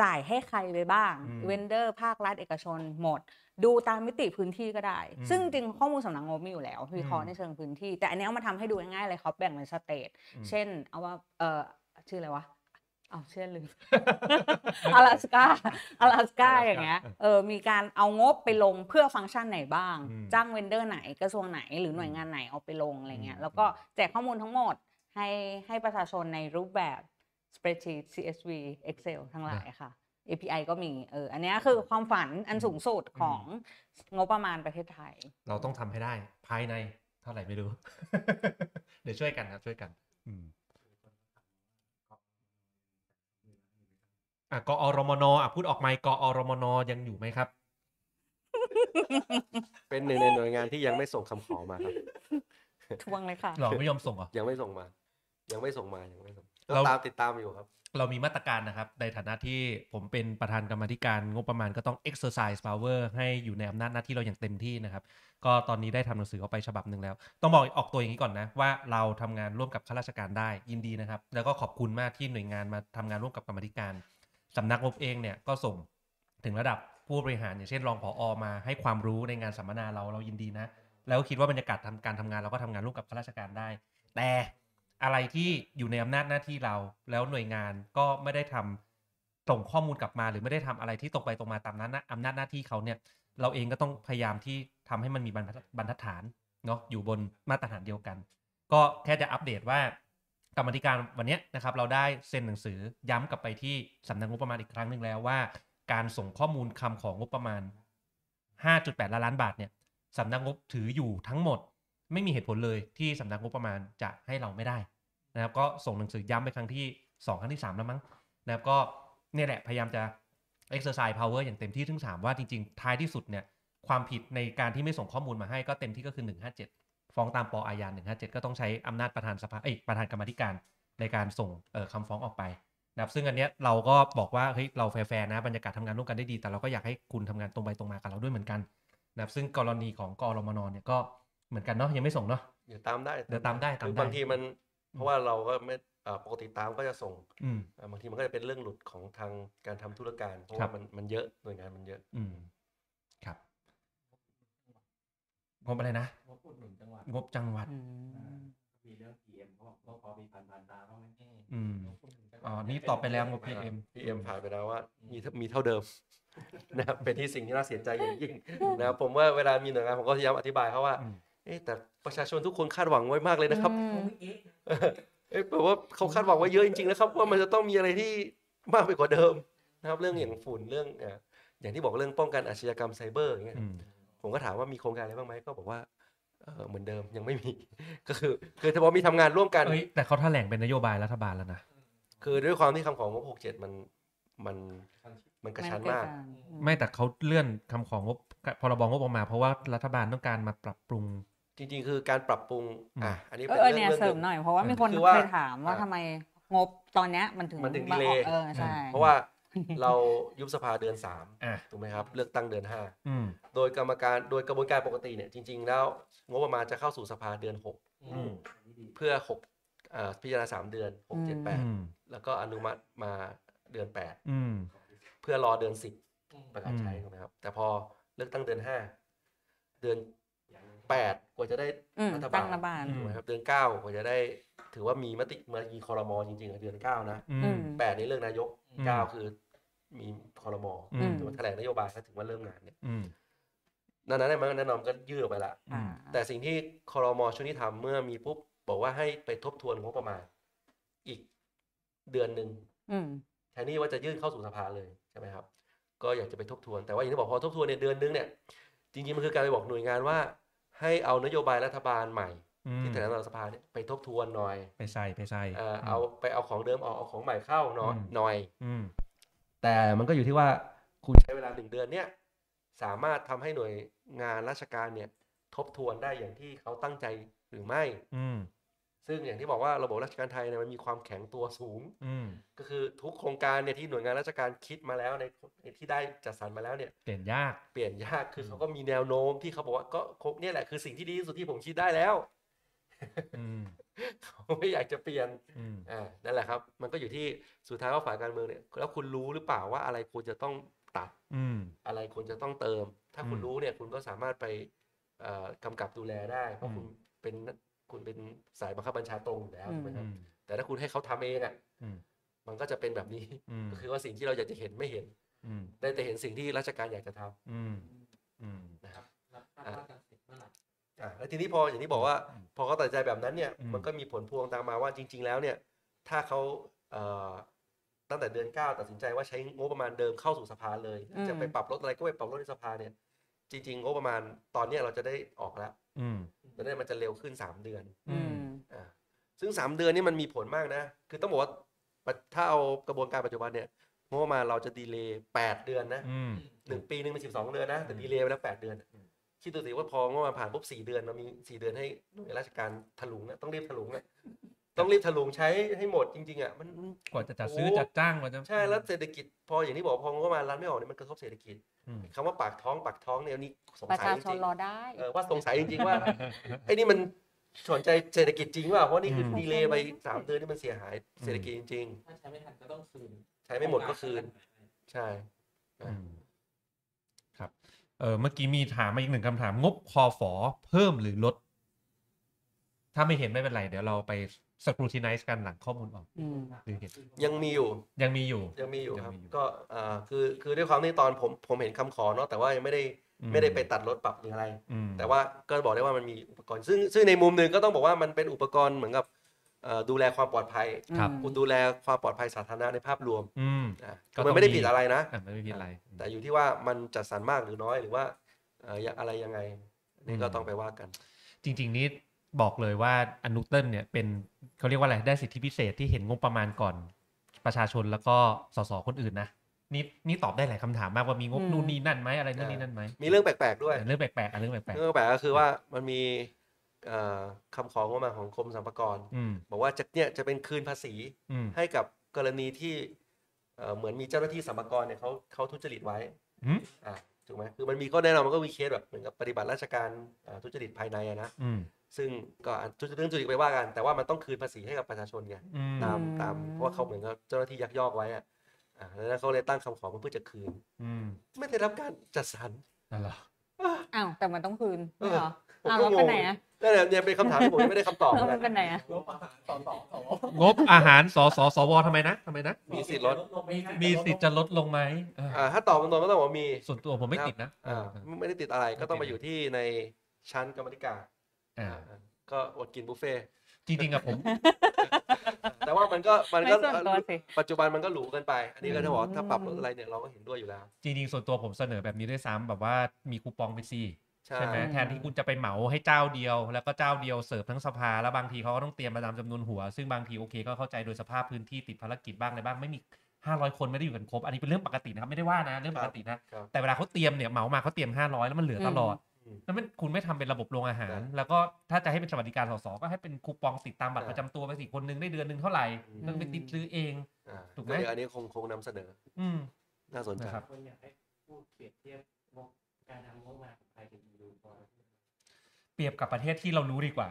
จ่ายให้ใครไปบ้าง
อืม
เวนเดอร์ ภาครัฐเอกชนหมด ดูตามมิติพื้นที่ก็ได้
อืม
ซึ่งจริงข้อมูลสำนักงบมีอยู่แล้ววิเคราะ
อื
ห์
ม
ในเชิงพื้นที่ แต่อันเนี้ยเอามาทำให้ดูง่ายๆเลยเขาแบ่งเป็นสเตท
อืม
เช่น เอาว่าเออชื่ออะไรวะเอาวเชื่อลืม 阿拉斯กา阿拉ส
Alaska
กาอย่างเงี้ย เออ มีการเอางบไปลงเพื่อฟังก์ชันไหนบ้าง
อืม
จ้างเวนเดอร์ไหน กระทรวงไหน หรือหน่วยงานไหนเอาไปลงอะไรเงี้ย แล้วก็แจกข้อมูลทั้งหมดให้ให้ประชาชนในรูปแบบ spreadsheet CSV Excel ทั้งหลายค่ะ API ก็มี เออ อันเนี้ยคือความฝันอันสูงสุดของงบประมาณประเทศไทย
เราต้องทำให้ได้ภายในเท่าไหร่ไม่รู้ เดี๋ยวช่วยกันครับช่วยกันอืมอ่ะกอรมนอ่ะพูดออกไหมค์กอรมนยังอยู่ไหมครับ
เป็นหนึ่งในหน่วยงานที่ยังไม่ส่งคำขอมาครับ
ทวงเลยค่ะ
หรอไม่ยอมส่งเหรอ
ยังไม่ส่งมา ยังไม่ส่งมายังไม่ส่งก็
เรา
ตามติดตามอยู่ครับ
เรามีมาตรการนะครับ ในฐานะที่ผมเป็นประธานกรรมาธิการงบประมาณก็ต้อง exercise power ให้อยู่ในอำนาจหน้าที่เราอย่างเต็มที่นะครับ ก็ตอนนี้ได้ทำหนังสือออกไปฉบับหนึ่งแล้ว ต้องบอกออกตัวอย่างนี้ก่อนนะ ว่าเราทำงานร่วมกับข้าราชการได้ยินดีนะครับ แล้วก็ขอบคุณมากที่หน่วยงานมาทำงานร่วมกับกรรมาธิการสำนักงบเองเนี่ยก็ส่งถึงระดับผู้บริหาร อย่างเช่นรองผอมาให้ความรู้ในงานสัมมนาเราเรายินดีนะ แล้วก็คิดว่าบรรยากาศทำการทำงานเราก็ทำงานร่วมกับข้าราชการได้ แต่อะไรที่อยู่ในอำนาจหน้าที่เรา แล้วหน่วยงานก็ไม่ได้ทำส่งข้อมูลกลับมา หรือไม่ได้ทำอะไรที่ตรงไปตรงมาตามนั้นนะอำนาจหน้าที่เขาเนี่ย เราเองก็ต้องพยายามที่ทำให้มันมีบรรทัดบรรทัดฐานเนาะอยู่บนมาตรฐานเดียวกัน ก็แค่จะอัปเดตว่ากรรมาธิการวันเนี้ยนะครับ เราได้เซ็นหนังสือย้ำกลับไปที่สำนักงบประมาณอีกครั้งหนึ่งแล้วว่า การส่งข้อมูลคำของงบประมาณ 5.8 ล้านล้านบาทเนี่ยสำนักงบถืออยู่ทั้งหมด ไม่มีเหตุผลเลยที่สำนักงบประมาณจะให้เราไม่ได้นะครับ ก็ส่งหนังสือย้ำไปครั้งที่ 2 ครั้งที่ 3 แล้วมั้งนะครับก็เนี่ยแหละพยายามจะ exercise power อย่างเต็มที่ถึงถามว่าจริงๆ ท้ายที่สุดเนี่ยความผิดในการที่ไม่ส่งข้อมูลมาให้ก็เต็มที่ก็คือ 157 ฟ้องตามปออาญา157 ก็ต้องใช้อำนาจประธานสภาเอ้ยประธานกรรมาธิการในการส่งเอ่อคำฟ้องออกไปนะครับซึ่งอันเนี้ยเราก็บอกว่าเฮ้ยเราแฟร์ๆนะบรรยากาศทำงานร่วมกันได้ดี แต่เราก็อยากให้คุณทำงานตรงไปตรงมากับเราด้วยเหมือนกันนะครับซึ่งกรณีของกอรมนเนี่ยก็เหมือนกันเนาะยังไม่ส่งเนาะ
เดี๋ยวตามได้
เดี๋ยวตามได้ตามได้
คือบางทีมันเพราะว่าเราก็ไม่เอ่อปกติตามก็จะส่ง
อืม
อ่าบางทีมันก็จะเป็นเรื่องหลุดของทางการทำธุรการเพราะ
ครั
ว่า
บ
มันมันเยอะหน่วยงานมันเยอะ
อืม ครับงบอะไรนะ
งบอุดหนุนจังหวัด
งบจังหวัด
อืม
มีเรื่อง PM เขาบอกเขาพอมีผ่านผ่านๆตาบ้างไหม
อืม
งบดหจังหวัด
อ๋อนี่ตอบไปแล้วงบ PM
พีเอ็มผ่านไปแล้วว่ามีมีเท่าเดิม นะครับเป็นที่สิ่งที่น่าเสียใจอย่าง ยิ่งนะครับผมว่าเวลามีหน่วยงานผมก็พยายามอธิบายเขาว่า
อืม
เอ๊ะแต่ประชาชนทุกคนคาดหวังไว้มากเลยนะครับ
อืม
เอ๊ะแปลว่าเขาคาดหวังไว้เยอะจริงๆนะครับว่ามันจะต้องมีอะไรที่มากไปกว่าเดิมนะครับเรื่องอย่างฝุ่นเรื่องเอ่ออย่างที่บอกเรื่องป้องกันอาชญากรรมไซเบอร์อย่างเงี้ย
อืม
ผมก็ถามว่ามีโครงการอะไรบ้างไหมก็บอกว่าเอ่อเหมือนเดิมยังไม่มี ก็คือคือถ้าบอกมีทำงานร่วมกัน
เอ้ยแต่เขาแถลงเป็นนโยบายรัฐบาลแล้วนะ
คือด้วยความที่คำของงบ67 มันมันมันกระชั้นมาก
ไม่แต่เขาเลื่อนคำของงบพรบงบออกมา เพราะว่ารัฐบาลต้องการมาปรับปรุง
จริง ๆ คือการปรับปรุงอ่ะอันนี้
เอ
เป็น
อ
เรื่
เนี่
อย งเรื่อง
เสริ
หนึ่
ม
ง
หน่อยเพราะว่ามีคน
คือว่า
เคยถามว่า
อ่า
ทำไมงบตอนเนี้ยมันถึง
มันถึง
าออก
delay
เออใช่
เพราะว่าเรายุบสภาเดือน
อ่ะ
3ถูกไหมครับ เลือกตั้งเดือนห้า
อืม
โดยกรรมการโดยกระบวนการปกติเนี่ยจริง ๆ แล้วงบประมาณจะเข้าสู่สภาเดือน
อืม
6 เพื่อ6เอ่อพิจารณา 3 เดือน 6 7
อืม
8 แล้วก็อนุมัติมาเดือน
อืม
8 เพื่อรอเดือน 10 ประกาศใช้
อืม
ถูกไหมครับ แต่พอเลือกตั้งเดือน 5 เดือน 8 กว่าจะได้
อืม
รัฐ
ตั้งรัฐ
บา
บา
ล
ล
ถูกไหมครับเดือน 9 กว่าจะได้ถือว่ามีมติมามีคอรมอจริงๆอะเดือน 9 นะ
อื
อื
ม
ม
8 ในเรื่องนายก
อืม
9 คือมีคอรมอ
อืม
ถือว่าแถลงนโยบายแล้วถึงว่าเริ่มงานเนี่ย
อืม
นั่นนั้นมันแน่นอนก็ยืดออกไปละ
อืม
แต่สิ่งที่คอรมอชุดนี้ทำเมื่อมีปุ๊บ บอกว่าให้ไปทบทวนงบประมาณ อีกเดือนหนึ่ง
อืม
แทนที่ว่าจะยื่นเข้าสู่สภาเลยใช่ไหมครับ ก็อยากจะไปทบทวน แต่ว่าอย่างที่บอกพอทบทวนในยเดือนนึงเนี่ยจริงๆมันคือการไปบอกหน่วยงานว่า ให้เอานโยบายรัฐบาลใหม่ ที่แถลงต่อสภาเนี่ยไปทบทวนหน่อย
ไปใส่ไปใส่
เอ่อเอาไปเอาของเดิมออกเอาของใหม่เข้าหน่อย
อืม
หน่อย
อืม
แต่มันก็อยู่ที่ว่าคุณใช้เวลาหนึ่งเดือนเนี่ยสามารถทำให้หน่วยงานราชการเนี่ยทบทวนได้อย่างที่เขาตั้งใจหรือไม่
อืม
ซึ่งอย่างที่บอกว่าระบบราชการไทยเนี่ยมันมีความแข็งตัวสูง
อืม
ก็คือทุกโครงการเนี่ยที่หน่วยงานราชการคิดมาแล้วในในที่ได้จัดสรรมาแล้วเนี่ย
เปลี่ยนยาก
เปลี่ยนยากคือ
อืม
เขาก็มีแนวโน้มที่เขาบอกว่าก็คงเนี่ยแหละคือสิ่งที่ดีที่สุดที่ผมคิดได้แล้ว
อืม
เขาไม่อยากจะเปลี่ยน
อืม
อ่านั่นแหละครับ มันก็อยู่ที่สุดท้ายว่าฝ่ายการเมืองเนี่ยแล้วคุณรู้หรือเปล่าว่าอะไรควรจะต้องตัด
อืม
อะไรควรจะต้องเติม ถ้าคุณ
อืม
รู้เนี่ยคุณก็สามารถไปเอ่อกำกับดูแลได้ เพ
อื
ราะ
ม
คุณเป็นคุณเป็นสายบังคับบัญชาตรงอยู่แล้วถูกไหมค
อื
รับ
ม
แต่ถ้าคุณให้เขาทำเองอ่ะ
อืม
มันก็จะเป็นแบบนี้
อืม
ก็คือว่าสิ่งที่เราอยากจะเห็นไม่เห็น
อืม
ได้แต่เห็นสิ่งที่ราชการอยากจะท
อืมอืม
ำนะครับ
รับทราบว่าจะเสร็จเมื่อไหร่
อ่ะแล้วทีนี้พออย่างที่บอกว่า
อืม
พอเขาตัดสินใจแบบนั้นเนี่ย
อืม
มันก็มีผลพวงตามมาว่าจริง ๆ แล้วเนี่ย ถ้าเขาเอ่อตั้งแต่เดือนเก้าตัดสินใจว่าใช้งบประมาณเดิมเข้าสู่สภาเลย
อืม
จะไปปรับลดอะไรก็ไปปรับลดในสภาเนี่ย จริง ๆ งบประมาณตอนเนี้ยเราจะได้ออกแล้ว
อืม
จะได้มันจะเร็วขึ้นสามเดือน
อื
อื
ม
ม
อ่าซึ่งสามเดือนนี่มันมีผลมากนะ คือต้องบอกว่าปัจถ้าเอากระบวนการปัจจุบันเนี่ยงบประมาณเราจะดีเลย์แปดเดือนนะ
อืม
หนึ่งปีหนึ่งเป็นสิบสองเดือนนะ แต่
อืม
ดีเลย์ไปแล้วแปดเดือน
อืม
คิดดูสิว่าพองบประมาณผ่านปุ๊บสี่เดือนเรามีสี่เดือนให้หน่วยราชการถลุงนะต้องรีบถลุงนะต้องรีบถลุงใช้ให้หมดจริงๆอ่ะมัน
กว่าจะจัดซื้อจัดจ้างกว่าจะ
ใช่แล้วเศรษฐกิจ พออย่างที่บอกพองบประมาณรันไม่ออกเนี่ยมันกระทบเศรษฐกิจ
อืม
คำว่าปากท้องปากท้องเนี่ยอันนี่สง
ประ
สัย
ชา
จ
ชน
ริง
รอได้
ๆเออว่าสงสัยจริงๆ ว่า ไอ้นี่มันสนใจเศรษฐกิจจริงเปล่าเพราะนี่คือ
อืม
ดีเลย์ไปสามเดือนนี่มันเสียหาย
อืม
เศรษฐกิจจริง
ถ้าใช้ไม่ทันก็ต้องคืน
ๆ ใช้ไม่หมดก็คืน ใช่
อืมครับเออเมื่อกี้มีถามมาอีกหนึ่งคำถาม งบคอฝอเพิ่มหรือลด ถ้าไม่เห็นไม่เป็นไร เดี๋ยวเราไป scrutinize กันหลังข้อมูลออก
อืม
หรือเห็น
ยังมีอยู่
ยังมีอยู่
ยังมีอยู่ครับ
ยังมีอยู่
ก็อ่าคือคือด้วยความที่ตอนผมผมเห็นคำขอเนาะแต่ว่ายังไม่ได้
อื
ไม่ได้ไปตัดลดปรับหรืออะไร
อืม
แต่ว่าก็บอกได้ว่ามันมีอุปกรณ์ ซึ่งซึ่งในมุมหนึ่งก็ต้องบอกว่ามันเป็นอุปกรณ์เหมือนกับเอ่อดูแลความปลอดภัย
ครับ
คุณดูแลความปลอดภัยสาธารณะในภาพรวม
อืม
อ่ะ
ก็ต้อง
มันไม่ได้
มี
ผิดอะไรนะ
อ่ะไม่มีอะไร
แต่อยู่ที่ว่ามันจัดสรรมากหรือน้อยหรือว่าเอ่ออย่างอะไรยังไงอันนี่ก็
อืม
ต้องไปว่ากัน
จริง ๆ นี้บอกเลยว่าอนุเติ้ลเนี่ยเป็นเขาเรียกว่าอะไรได้สิทธิพิเศษที่เห็นงบประมาณก่อนประชาชนแล้วก็สสคนอื่นนะ นี่นี่ตอบได้หลายคำถามมากว่ามีงบ
อืม
นู่นนี่นั่นไหมอะไรนู่นนี่นั่นไหม
มีเรื่องแปลกๆด้วย
เรื่องแปลกๆอ่ะเรื่องแปลก
เรื่องแปลกก็คือว่ามันมีเอ่อคำของงบประมาณของกรมสรรพากร
ๆอืม
บอกว่าจะเนี่ยจะเป็นคืนภาษี
อืม
ให้กับกรณีที่เอ่อเหมือนมีเจ้าหน้าที่สรรพากรเนี่ยเขาเขาทุจริตไว้
อืม
อ่ะถูกไหมคือมันมีก็แน่นอนมันก็มีเคสแบบเหมือนกับปฏิบัติราชการเอ่อทุจริตภายในอะนะ
อืม
ซึ่งก็อ่ะทุจริตเรื่องทุจริตไปว่ากัน แต่ว่ามันต้องคืนภาษีให้กับประชาชนไง
อืม
ตาม
อืม
ตามเพราะว่าเขาเหมือนกับเจ้าหน้าที่ยักยอกไว้อะอ่ะแล้วเขาเลยตั้งคำขอมาเพื่อจะคืน
อืม
ไม่ได้รับการจัดสรร
นั่นเหรอ
อ้าวแต่มันต้องคืนไม่เหรอ
ผม
อ้าว
ก็ง
แล้วไป
ง
ไหนอ่ะ
นั่นแหละเนี่ยเป็นคำถามที่ผมยังไม่ได้คำตอบ
แล้ว
เล
มั
ย
นเป็นไหนอ่ะ
ลบอาหารต่อต่อต่อง
บอาหารสสสวทำไมนะทำไมนะ
มีสิทธิ์ลด
มีสิทธิ์จะลดลงไหมเออ
อ่าถ้าตอบตรงๆก็ต้องบอกว่ามี
ส่วนตัวผมไม่ติดนะ
อ่า
เออ
ไม่ได้ติดอะไรก็ต้องมา
ไม่ติด
อยู่ที่ในชั้นกรรมธิการ
อ่า
อ่าก็อดกินบุฟเฟ่ต์
จริงๆอะผม
แต่ว่ามันก็มัน
ไม่
ก็
ส่วนตัวสิ
ปัจจุบันมันก็หรูเกินไป อันนี้ก็จะบอกว่า
อืม
ถ้าปรับลดอะไรเนี่ยเราก็เห็นด้วยอยู่แล้ว
จริงๆส่วนตัวผมเสนอแบบนี้ด้วยซ้ำแบบว่ามีคูปองไปซี
ใช่
ใช่ไหมแทนที่คุณจะไปเหมาให้เจ้าเดียว แล้วก็เจ้าเดียวเสิร์ฟทั้งสภาแล้วบางทีเขาก็ต้องเตรียมมาตามจำนวนหัว ซึ่งบางทีโอเคก็เข้าใจโดยสภาพพื้นที่ติดภารกิจบ้างอะไรบ้างไม่มี 500 คนไม่ได้อยู่กันครบ อันนี้เป็นเรื่องปกตินะครับไม่ได้ว่านะเรื่องปกตินะครับ แต่เวลาเขาเตรียมเนี่ยเหมามาเขาเตรียม 500 แล้วมันเหลือตลอด
อืม
แล้วมันคุณไม่ทำเป็นระบบโรงอาหาร
ใช่
แล้วก็ถ้าจะให้เป็นสวัสดิการสสก็ให้เป็นคูปองติดตามบัตร
ใช่
ประจำตัวไปสิคนหนึงได้เดือนหนึงเท่าไหร่
อืม
ต้องไปติดซื้อเอง
อ่า
ถูกไหม
เดี๋ยวอันนี้คงคงนำเสนอ
อืม
น่าสนใจ
นะครับ
คนอยากให้พูดเปรียบเทียบงบการทำงบมาของไทยกับยูโรก่อน
เปรียบกับประเทศที่เรารู้ ดีกว่า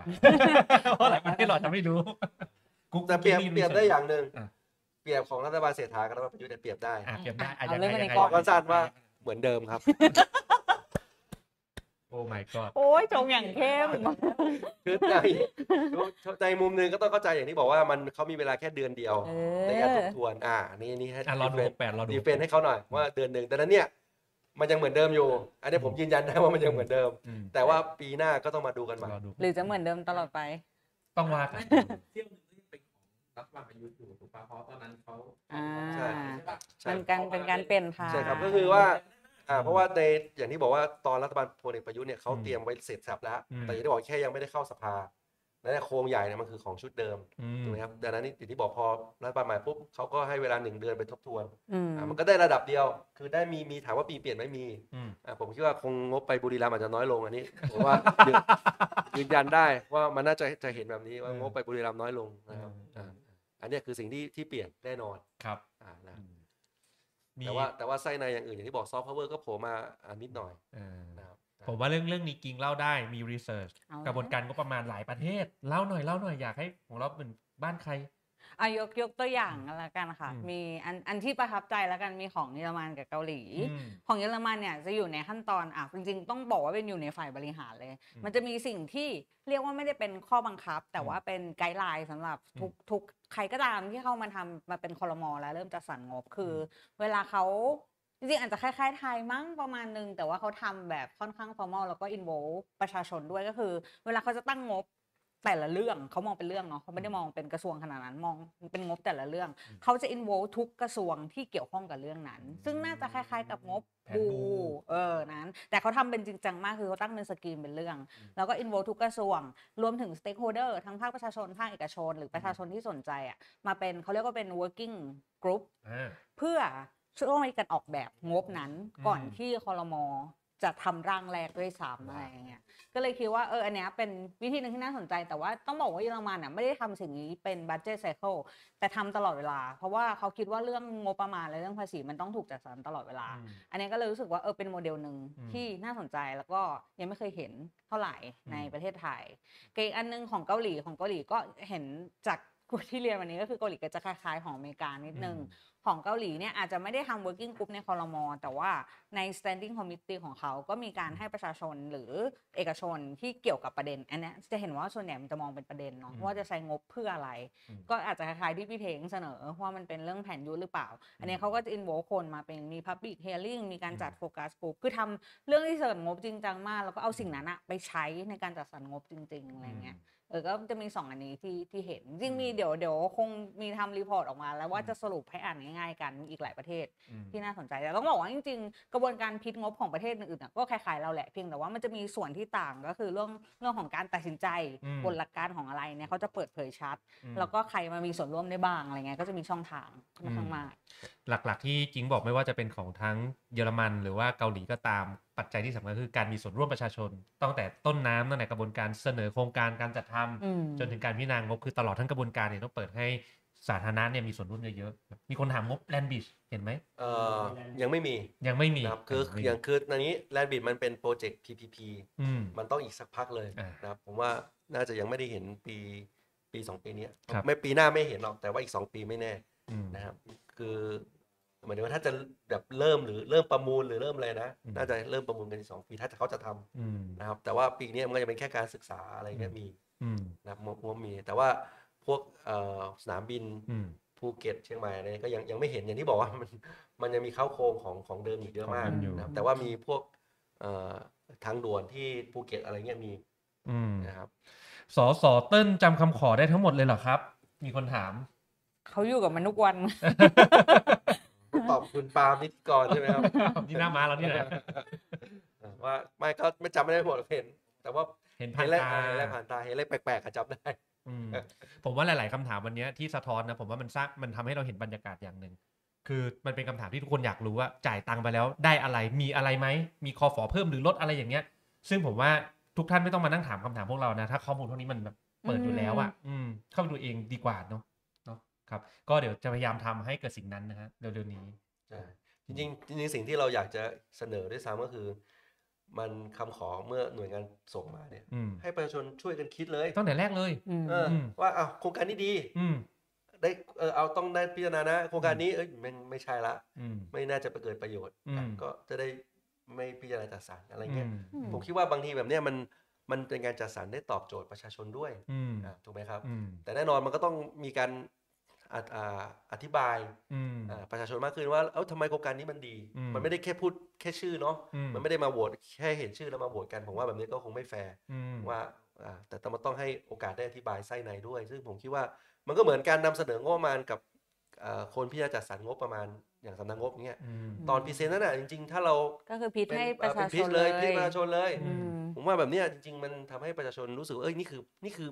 เพราะหลายประเทศเราจะไม่รู้กุ๊ก
แต่เปรียบ
กิ๊ก
เป
นี่
รียบได้อย่างหนึ่ง
อ่ะ
เปรียบของรัฐบาลเศรษฐากับรัฐบาลประยุทธ์เนี่ยเปรียบได้
อ่ะเปรียบได้อ่ะ
เอา
ยัง
เรื่
ไง
อง
ยัง
ใน
ไง
กรอบ
ก่อนสั้นว่า เหมือนเดิมครับ
โอ้ my god
โอ้ยจงอย่างเข้ม
คือในในมุมหนึงก็ต้องเข้าใจอย่างที่บอกว่ามันเขามีเวลาแค่เดือนเดียว
เอ
ในการท
อ
บทวน อ่า นี่นี่ให้
อ่ะรอดู
ดีเฟน
หกแปดรอดู
ดีเฟนให้เขาหน่อยว่าเดือนหนึ่งแต่นั้นเนี่ย มันยังเหมือนเดิมอยู่ อันนี้ผมยืนยันนะว่ามันยังเหมือนเดิม
อืม
แต่ว่าปีหน้าก็ต้องมาดูกันใหม่
รอดู
หรือจะเหมือนเดิมตลอดไป
ต้องว่ากัน
เที่ยวหนึงก็ยังเป็นของรัฐบาลประยุทธ์อยู่ถูกปะเพราะตอนนั้นเขา
อ่า
ใช่
ปะ
ใช่
มันการเป็นการเปลี่ยนผ่าน
ใช่ครับก็คือว่า อ่า เพราะว่าในอย่างที่บอกว่าตอนรัฐบาลพลเอกประยุทธ์เนี่ยเขาเตรียมไว้เสร็จสับแล้ว
อืม
แต่อย่างที่บอกแค่ยังไม่ได้เข้าสภาและเนี่ยโครงใหญ่เนี่ยมันคือของชุดเดิม
อืม
ถูกไหมครับดังนั้นนี่อย่างที่บอกพอรัฐบาลใหม่ปุ๊บเขาก็ให้เวลาหนึ่งเดือนไปทบทวน
อืม
อ่ามันก็ได้ระดับเดียว คือได้มีมีถามว่าปีเปลี่ยนไหม่มี
อืม
อ่ะผมคิดว่าคงงบไปบุรีรัมย์อาจจะน้อยลงอันนี้ ผมว่า ยืนยืนยันได้ว่ามันน่าจะจะเห็นแบบนี้ว่างบไปบุรีรัมย์น้อยลงนะครับอ่ะอันเนี้ยคือสิ่งที่ที่เปลี่ยนแน่นอน
ครับ
อ่ะนะ
อืม
แต่ว่าแต่ว่าไส้ในอย่างอื่นอย่างที่บอกซอฟต์พาวเวอร์ก็โผล่มาอ่ะนิดหน่อย
อ่า
นะครับ
ผมว่าเรื่องเรื่องนี้กิงเล่าได้มีรีเสิร์ช
เอา
กระบวนการงบประมาณหลายประเทศ เล่าหน่อยเล่าหน่อยอยากให้ของเราเป็นบ้านใคร
อายกยกตัวอย่างกันละกันค่ะ
อืม
มีอันอันที่ประทับใจละกันมีของเยอรมันกับเกาหลี
อืม
ของเยอรมันเนี่ยจะอยู่ในขั้นตอนอ่ะจริงๆ ต้องบอกว่าเป็นอยู่ในฝ่ายบริหารเลย
อืม
มันจะมีสิ่งที่เรียกว่าไม่ได้เป็นข้อบังคับ แต่
อืม
ว่าเป็นไกด์ไลน์สำหรับทุก
อืม
ทุกใครก็ตามที่เข้ามาทำมาเป็นคอรมอแล้วเริ่มจะสั่งงบคืออเวลาเขาจริงๆอาจจะคล้ายๆไทยมั้งประมาณนึง แต่ว่าเขาทำแบบค่อนข้างฟอร์มอลแล้วก็อินโวประชาชนด้วยก็คือ เวลาเขาจะตั้งงบแต่ละเรื่องเขามองเป็นเรื่องเนาะเขาไม่ได้มองเป็นกระทรวงขนาดนั้นมองเป็นงบแต่ละเรื่อง
อืม
เขาจะอินโวทุกกระทรวงที่เกี่ยวข้องกับเรื่องนั้น ซึ่งน่าจะคล้ายๆกับงบ
แผน
บู
บู
เออ นั้น แต่เขาทำเป็นจริงจังมาก คือเขาตั้งเป็นสกรีนเป็นเรื่อง
อืม
แล้วก็อินโวทุกกระทรวง รวมถึงสเต็กโฮเดอร์ทั้งภาคประชาชน ภาคเอกชน หรือประชาชนที่สนใจอ่ะ มาเป็นเขาเรียกว่าเป็น working group
อ่า
เพื่อช่วยกันออกแบบงบนั้น
อืม
ก่อนที่คอรมอจะทำร่างแรกด้วยซ้ำ
ว้าว
อะไรอย่างเงี้ย ก็เลยคิดว่าเอออันเนี้ยเป็นวิธีหนึ่งที่น่าสนใจ แต่ว่าต้องบอกว่าเยอรมันอ่ะไม่ได้ทำสิ่งนี้เป็นบัตเจ t c ไซเคิลแต่ทำตลอดเวลา เพราะว่าเขาคิดว่าเรื่องงบประมาณและเรื่องภาษีมันต้องถูกจัดสรรตลอดเวลา
อืม
อันนี้ก็เลยรู้สึกว่าเออเป็นโมเดลหนึ่ง
อืม
ที่น่าสนใจแล้วก็ยังไม่เคยเห็นเท่าไหร่
ม
ในประเทศไทยกับอีกอันหนึงของเกาหลีของเกาหลีก็เห็นจากที่เรียนวันนี้ก็คือเกาหลีก็จะคล้ายๆของอเมริกานิดนึง ของเกาหลีเนี่ยอาจจะไม่ได้ทำ working group ในคอรมอแต่ว่าใน standing committee ของเขาก็มีการให้ประชาชนหรือเอกชนที่เกี่ยวกับประเด็น อันเนี้ยจะเห็นว่าส่วนใหญ่มันจะมองเป็นประเด็นเนาะ
อืม
ว่าจะใช้งบเพื่ออะไร
อืม
ก็อาจจะคล้ายๆที่พี่เทงเสนอว่ามันเป็นเรื่องแผนยุทธหรือเปล่า อันเนี้ยเขาก็จะ involve คนมาเป็นมี public hearing มีการจัด
อืม
โฟกัส group คือทำเรื่องที่เสริมงบจริงจังมาก แล้วก็เอาสิ่งนั้นอะไปใช้ในการจัดสรรงบจริงๆอะไรเงี้ย เออก็จะมีสองอันนี้ที่ที่เห็นจริงๆมีเดี๋ยวเดี๋ยวคงมีทำรีพอร์ตออกมา แล้วว่าจะสรุปให้อ่านง่ายๆกันมีอีกหลายประเทศ
อืม
ที่น่าสนใจแต่ต้องบอกว่าจริงๆ กระบวนการพิจงบของประเทศอื่นๆน่ะก็คล้ายๆเราแหละเพียงแต่ว่ามันจะมีส่วนที่ต่างก็คือเรื่องเรื่องของการตัดสินใจ
อืม
บนหลักการของอะไรเนี่ยเขาจะเปิดเผยชัด
อืม
แล้วก็ใครมามีส่วนร่วมได้บ้างอะไรเงี้ยก็จะมีช่องทางค่อนข้างมาก
หลักๆ ที่กิ้งบอกไม่ว่าจะเป็นของทั้งเยอรมันหรือว่าเกาหลีก็ตามปัจจัยที่สำคัญคือการมีส่วนร่วมประชาชน ตั้งแต่ต้นน้ำตั้งแต่กระบวนการเสนอโครงการการจัดทำ
อืม
จนถึงการพิจารณางบคือตลอดทั้งกระบวนการเนี่ยต้องเปิดให้สาธารณะเนี่ยมีส่วนร่วมเยอะๆมีคนถามงบแลนบิชเห็นไหม
เออยังไม่มี
ยังไม่มี
นะครับคือ
ไม่มี
อย่างคือตอนนี้แลนบิดมันเป็นโปรเจกต์ PPP
อืม
มันต้องอีกสักพักเลย
อ่า
นะครับผมว่าน่าจะยังไม่ได้เห็นปีปีสองปีเนี้ย
ครับ
ไม่ปีหน้าไม่เห็นหรอกแต่ว่าอีกสองปีไม่แน่
อืม
นะครับ คือหมายถึงว่าถ้าจะแบบเริ่มหรือเริ่มประมูลหรือเริ่มอะไรนะ
อืม
น่าจะเริ่มประมูลกันอีกสองปีถ้าเขาจะทำ
อืม
นะครับ แต่ว่าปีเนี้ยมันก็จะเป็นแค่การศึกษาอะไรเงี้ย
อื
มี
อืม
นะครับมวมมี แต่ว่าพวกเอ่อสนามบิน
อืม
ภูเก็ตเชียงใหม่อะไรก็ยังยังไม่เห็นอย่างที่บอกว่า มันมันยังมีเข้าโครงของของเดิมอยู่เยอะมาก
ของเดิมอยู่
นะครับแต่ว่ามีพวกเอ่อทางด่วนที่ภูเก็ตอะไรเงี้ยมี
อืม
นะครับ
สอสอเติ้ลจำคำขอได้ทั้งหมดเลยเหรอครับ มีคนถาม
เขาอยู่กับมันทุกวัน
ต้องตอบคุณปาล์มนิติกรใช่ไหมครับ
นี่หน้ามาแล้วนี่แหละ
ว่าไม่ก็ไม่จำไม่ได้หมดเห็น แต่ว่า
เห็นผ่า
เห็
น
นเลขอ่าเห็นเลข
ตา
ผ่านตาเห็นเลขแปลกๆอะจำได้
อืม
เออ
ผมว่าหลาย ๆคำถามวันเนี้ยที่สะท้อนนะผมว่ามันสร้างมันทำให้เราเห็นบรรยากาศอย่างหนึ่งคือมันเป็นคำถามที่ทุกคนอยากรู้ว่าจ่ายตังค์ไปแล้วได้อะไรมีอะไรไหมมีคอฝอเพิ่มหรือลดอะไรอย่างเงี้ย ซึ่งผมว่าทุกท่านไม่ต้องมานั่งถามคำถามพวกเรานะ ถ้าข้อมูลพวกนี้มันแบบเปิดอยู่แล้วอะ่ะอืมเข้าไปดูเองดีกว่าเนาะเนาะครับ ก็เดี๋ยวจะพยายามทำให้เกิดสิ่งนั้นนะฮะเร็วๆนี้
ใช่จริงๆจริงๆสิ่งที่เราอยากจะเสนอด้วยซ้ำก็คือ มันคำขอเมื่อหน่วยงานส่งมาเนี่ย
อืม
ให้ประชาชนช่วยกันคิดเลย
ตั้งแต่แรกเลย
อืม
เออว่าอ้าวโครงการนี้ดี
อืม
ได้เออเอาต้องได้พิจารณานะโครงการนี้เอ้ยมันไม่ใช่ละ
อืม
ไม่น่าจะไปเกิดประโยชน์
อืม
ก็จะได้ไม่พิจารณาจัดสรรอะไรเงี้ย
อืม
ผมคิดว่าบางทีแบบเนี้ยมันมันเป็นการจัดสรรได้ตอบโจทย์ประชาชนด้วย
อืม
อ่ะถูกไหมครับ
อืม
แต่แน่นอนมันก็ต้องมีการอ่ะอ่าอธิบาย
อืม
อ่าประชาชนมากขึ้นว่าเอ้าทำไมโครงการนี้มันดี
อืม
มันไม่ได้แค่พูดแค่ชื่อเนาะ
อื
มันไม่ได้มาโหวตแค่เห็นชื่อแล้วมาโหวตกันผมว่าแบบนี้ก็คงไม่แฟร์
อืม
ว่าอ่าแต่ต้องมันต้องให้โอกาสได้อธิบายไส้ในด้วย ซึ่งผมคิดว่ามันก็เหมือนการนำเสนองบประมาณกับเอ่อคนพิจารณาจัดสรรงบประมาณอย่างสำนักงบเนี้ย
อืม
ตอนพรีเซนต์นั่นแหะจริงๆ ถ้าเรา
ก็คือพิจให้ป
เอ่
ระ
อเป็
ชาน ช
พิ
น
จ
เล
เลย
ย
พิจประชาชนเลย
อืม
ผมว่าแบบเนี้ยจริง ๆ มันทำให้ประชาชนรู้สึกว่าเอ้ยนี่คือนี่คือ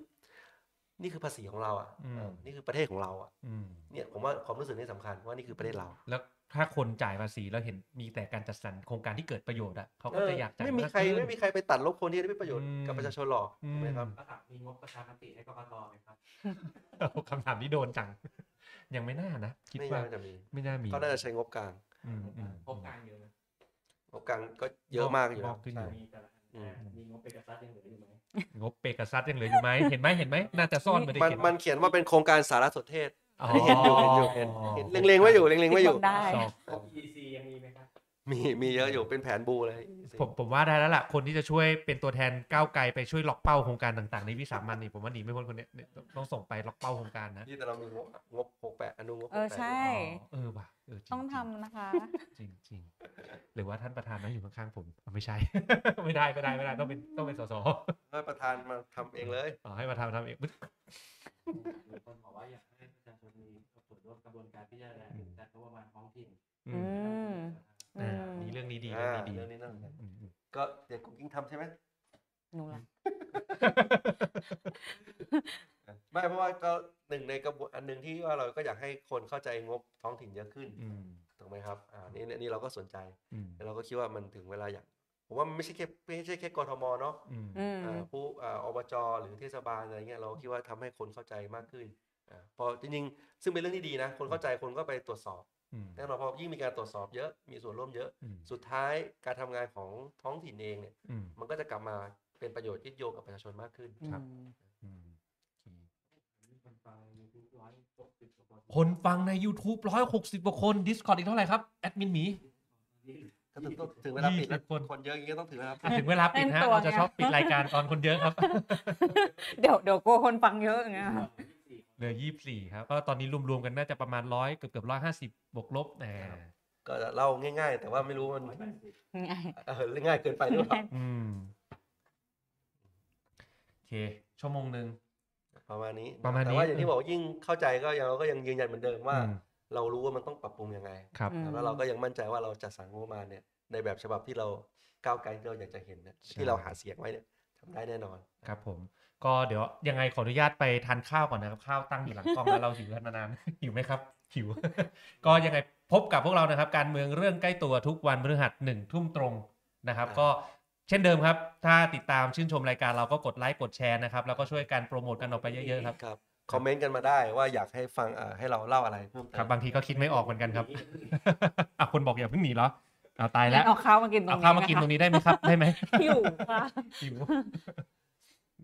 นี่คือภาษีของเราอ่ะ
อืม
เออนี่คือประเทศของเราอ่ะ
อืม
เนี่ยผมว่าความรู้สึกนี่สำคัญว่านี่คือประเทศเรา
แล้วถ้าคนจ่ายภาษีแล้วเห็นมีแต่การจัดสรรโครงการที่เกิดประโยชน์อะเขาก็จะอยาก
เออย
จ่า
ไม่มี
าก
ใคร
ขึ้น
ไม่มีใครไปตัดลบคนที่ได้ประโยชน์
อืม
กับประชาชนหรอกถูกไหมครับ
ก็ถามมีงบประชามติให้กกตไหมครับ
เอาคำถามนี้โดนจัง ยังไม่น่านะ คิด
ไม่
ว่า
น่าจะมี
ไม่น่ามี
เขาน่าจะใช้งบกลาง
อืมอืม
พบการเยอะนะ
งบกลางก็เยอะมากอยู่
ม
แล้
อ
ว
บขึ้นอยู่
ใช่
มีแต่ละ
อืม
มีงบเป็นกษัตริย์ยังเหลืออยู่ไหม
งบเปกัสซัสยังเหลืออยู่ไหม เห็นไหมเห็นไหมน่าจะซ่อนมาได้
มัน
เก็บ
มันเขียนว่าเป็นโครงการสารสนเทศ
อ๋อ
เห็นอยู่เห็นอยู่เห็นเห็นเล็งๆไว้อยู่เล็งๆไว้อยู่
ติดบังได้
สอบ
EEC ยังมีไหมครับ
มีมีเยอะอยู่เป็นแผนบูเลย
ผมผมว่าได้แล้วล่ะ คนที่จะช่วยเป็นตัวแทนก้าวไกลไปช่วยล็อกเป้าโครงการต่างๆในวิสามันนี่ผมว่าหนีไม่พ้นคนเนี้ยเนี่ยต้องส่งไปล็อกเป้าโครงการนะ
ที่แต่เรามีงบงบหกแปดอนุงบ
เออ
68
ใช่
อ๋อเออว่ะเจริๆ
ต้องทำนะคะ
จริงจริงหรือว่าท่านประธานนั่งอยู่ข้างๆผมอ่ะไม่ใช่ ไม่ได้ไม่ได้ไม่ได้ต้องเป็นต้องเป็นสส
ให้ประธานมาทำเองเลย
อ๋อให้มาทำทำเองปึ๊ด
มีคนบอกว่าอยากให้ประชาชนมีส่วนร่วมกระบวนการพิจารณาการงบประมาณท้องถิ่น
อื
อื
ม
ม
อ่า
อืม
นี่เรื่องนี้ดี
อ่า
เรื่องนี้ดี
เรื่องนี้น่าสนใจ
อืมอืม
ก็เดี๋ยวกุ๊กกิ้งทำใช่ไหม
หนูละ
ไม่เพราะว่าก็หนึ่งในกระบวนอันหนึ่งที่ว่าเราก็อยากให้คนเข้าใจงบท้องถิ่นเยอะขึ้น
อืม
ถูกไหมครับอ่านี่นี่เราก็สนใจ
อืม
แล้วเราก็คิดว่ามันถึงเวลาอย่างผมว่ามันไม่ใช่แค่ไม่ใช่แค่กทมเนาะ
อืม
อืม
อ่าผู้อ่าอบจหรือเทศบาลอะไรเงี้ยเราคิดว่าทำให้คนเข้าใจมากขึ้นอ่าพอจริงๆซึ่งเป็นเรื่องที่ดีนะ คนเข้าใจคนก็ไปตรวจสอบ
อืม
แน่นอนพอยิ่งมีการตรวจสอบเยอะมีส่วนร่วมเยอะ
อืม
สุดท้ายการทำงานของท้องถิ่นเองเนี่ย
อืม
มันก็จะกลับมาเป็นประโยชน์ยึดโยงกับประชาชนมากขึ้น
อืม
มีคนฟังมีทุกร้อยหกสิบกว่าคน
คนฟังใน YouTube ร้อยหกสิบกว่าคน Discord อีกเท่าไหร่ครับ แอดมินหมี
นี่
ก็ถึงต้องถึงเวลาปิดแล้ว
20คน
คนเยอะอย่างเงี้ยต้องถึงเวลาปิด
ถึงเวลาปิดนะ
เล่นตัว
เราจะ
ไง
ชอบปิด รายการตอนคนเยอะครับ
เดี๋ยวเดี๋ยวกลัวคนฟังเยอะอย่างเงี้ย
สี่
เหลือยี่สิบสี่ครับก็ตอนนี้รวมๆกันน่าจะประมาณร้อยเกือบเกือบร้อยห้าสิบบวกลบอ่า
ก็จะเล่าง่าย ๆ แต่ว่าไม่รู้มัน
ร้อยแปดสิบ
ง่าย
เออง่ายเกินไปหรือเปล่า
อืมโอเคชั่วโมงหนึ่ง
ประมาณนี้
ประมาณ
แต่
นี้
ว่าอย่างที่บอกว่ายิ่งเข้าใจก็ยังเราก็ยังยืนยันเหมือนเดิมว่า
อืม
เรารู้ว่ามันต้องปรับปรุงยังไง
ครับ
อืม
แล้วเราก็ยังมั่นใจว่าเราจัดสรรงบประมาณเนี่ยในแบบฉบับที่เราก้าวไกลที่เราอยากจะเห็นนะ
ใช่
ที่เราหาเสียงไว้เนี่ยทำได้แน่นอน
ครับผม ก็เดี๋ยวยังไงขออนุญาตไปทานข้าวก่อนนะครับ ข้าวตั้งอยู่หลังกล้องแล้วเราหิวกันมานาน หิวไหมครับ หิว ก็ยังไงพบกับพวกเรานะครับ การเมืองเรื่องใกล้ตัวทุกวันพฤหัสหนึ่งทุ่มตรงนะครับ
ครับ
ก็เช่นเดิมครับ ถ้าติดตามชื่นชมรายการเราก็กดไลค์กดแชร์นะครับ แล้วก็ช่วยกันโปรโมทกันออกไปเยอะๆครับ
ครับคอมเมนต์กันมาได้ว่าอยากให้ฟังเอ่อให้เราเล่าอะไรเพิ่มเติ
ครับ
ม
บางทีก็คิดไม่ออกเหมือนกันครับ อ่ะคนบอกอย่าเพิ่งหนีเหรอเอาตายแล้ว
งั้นเอาข้าวมากินตรง
เอา
นี้
ข้าวมากินตรงนี้ได้ไหมครับได้ไหม
หิวค่ะ
หิว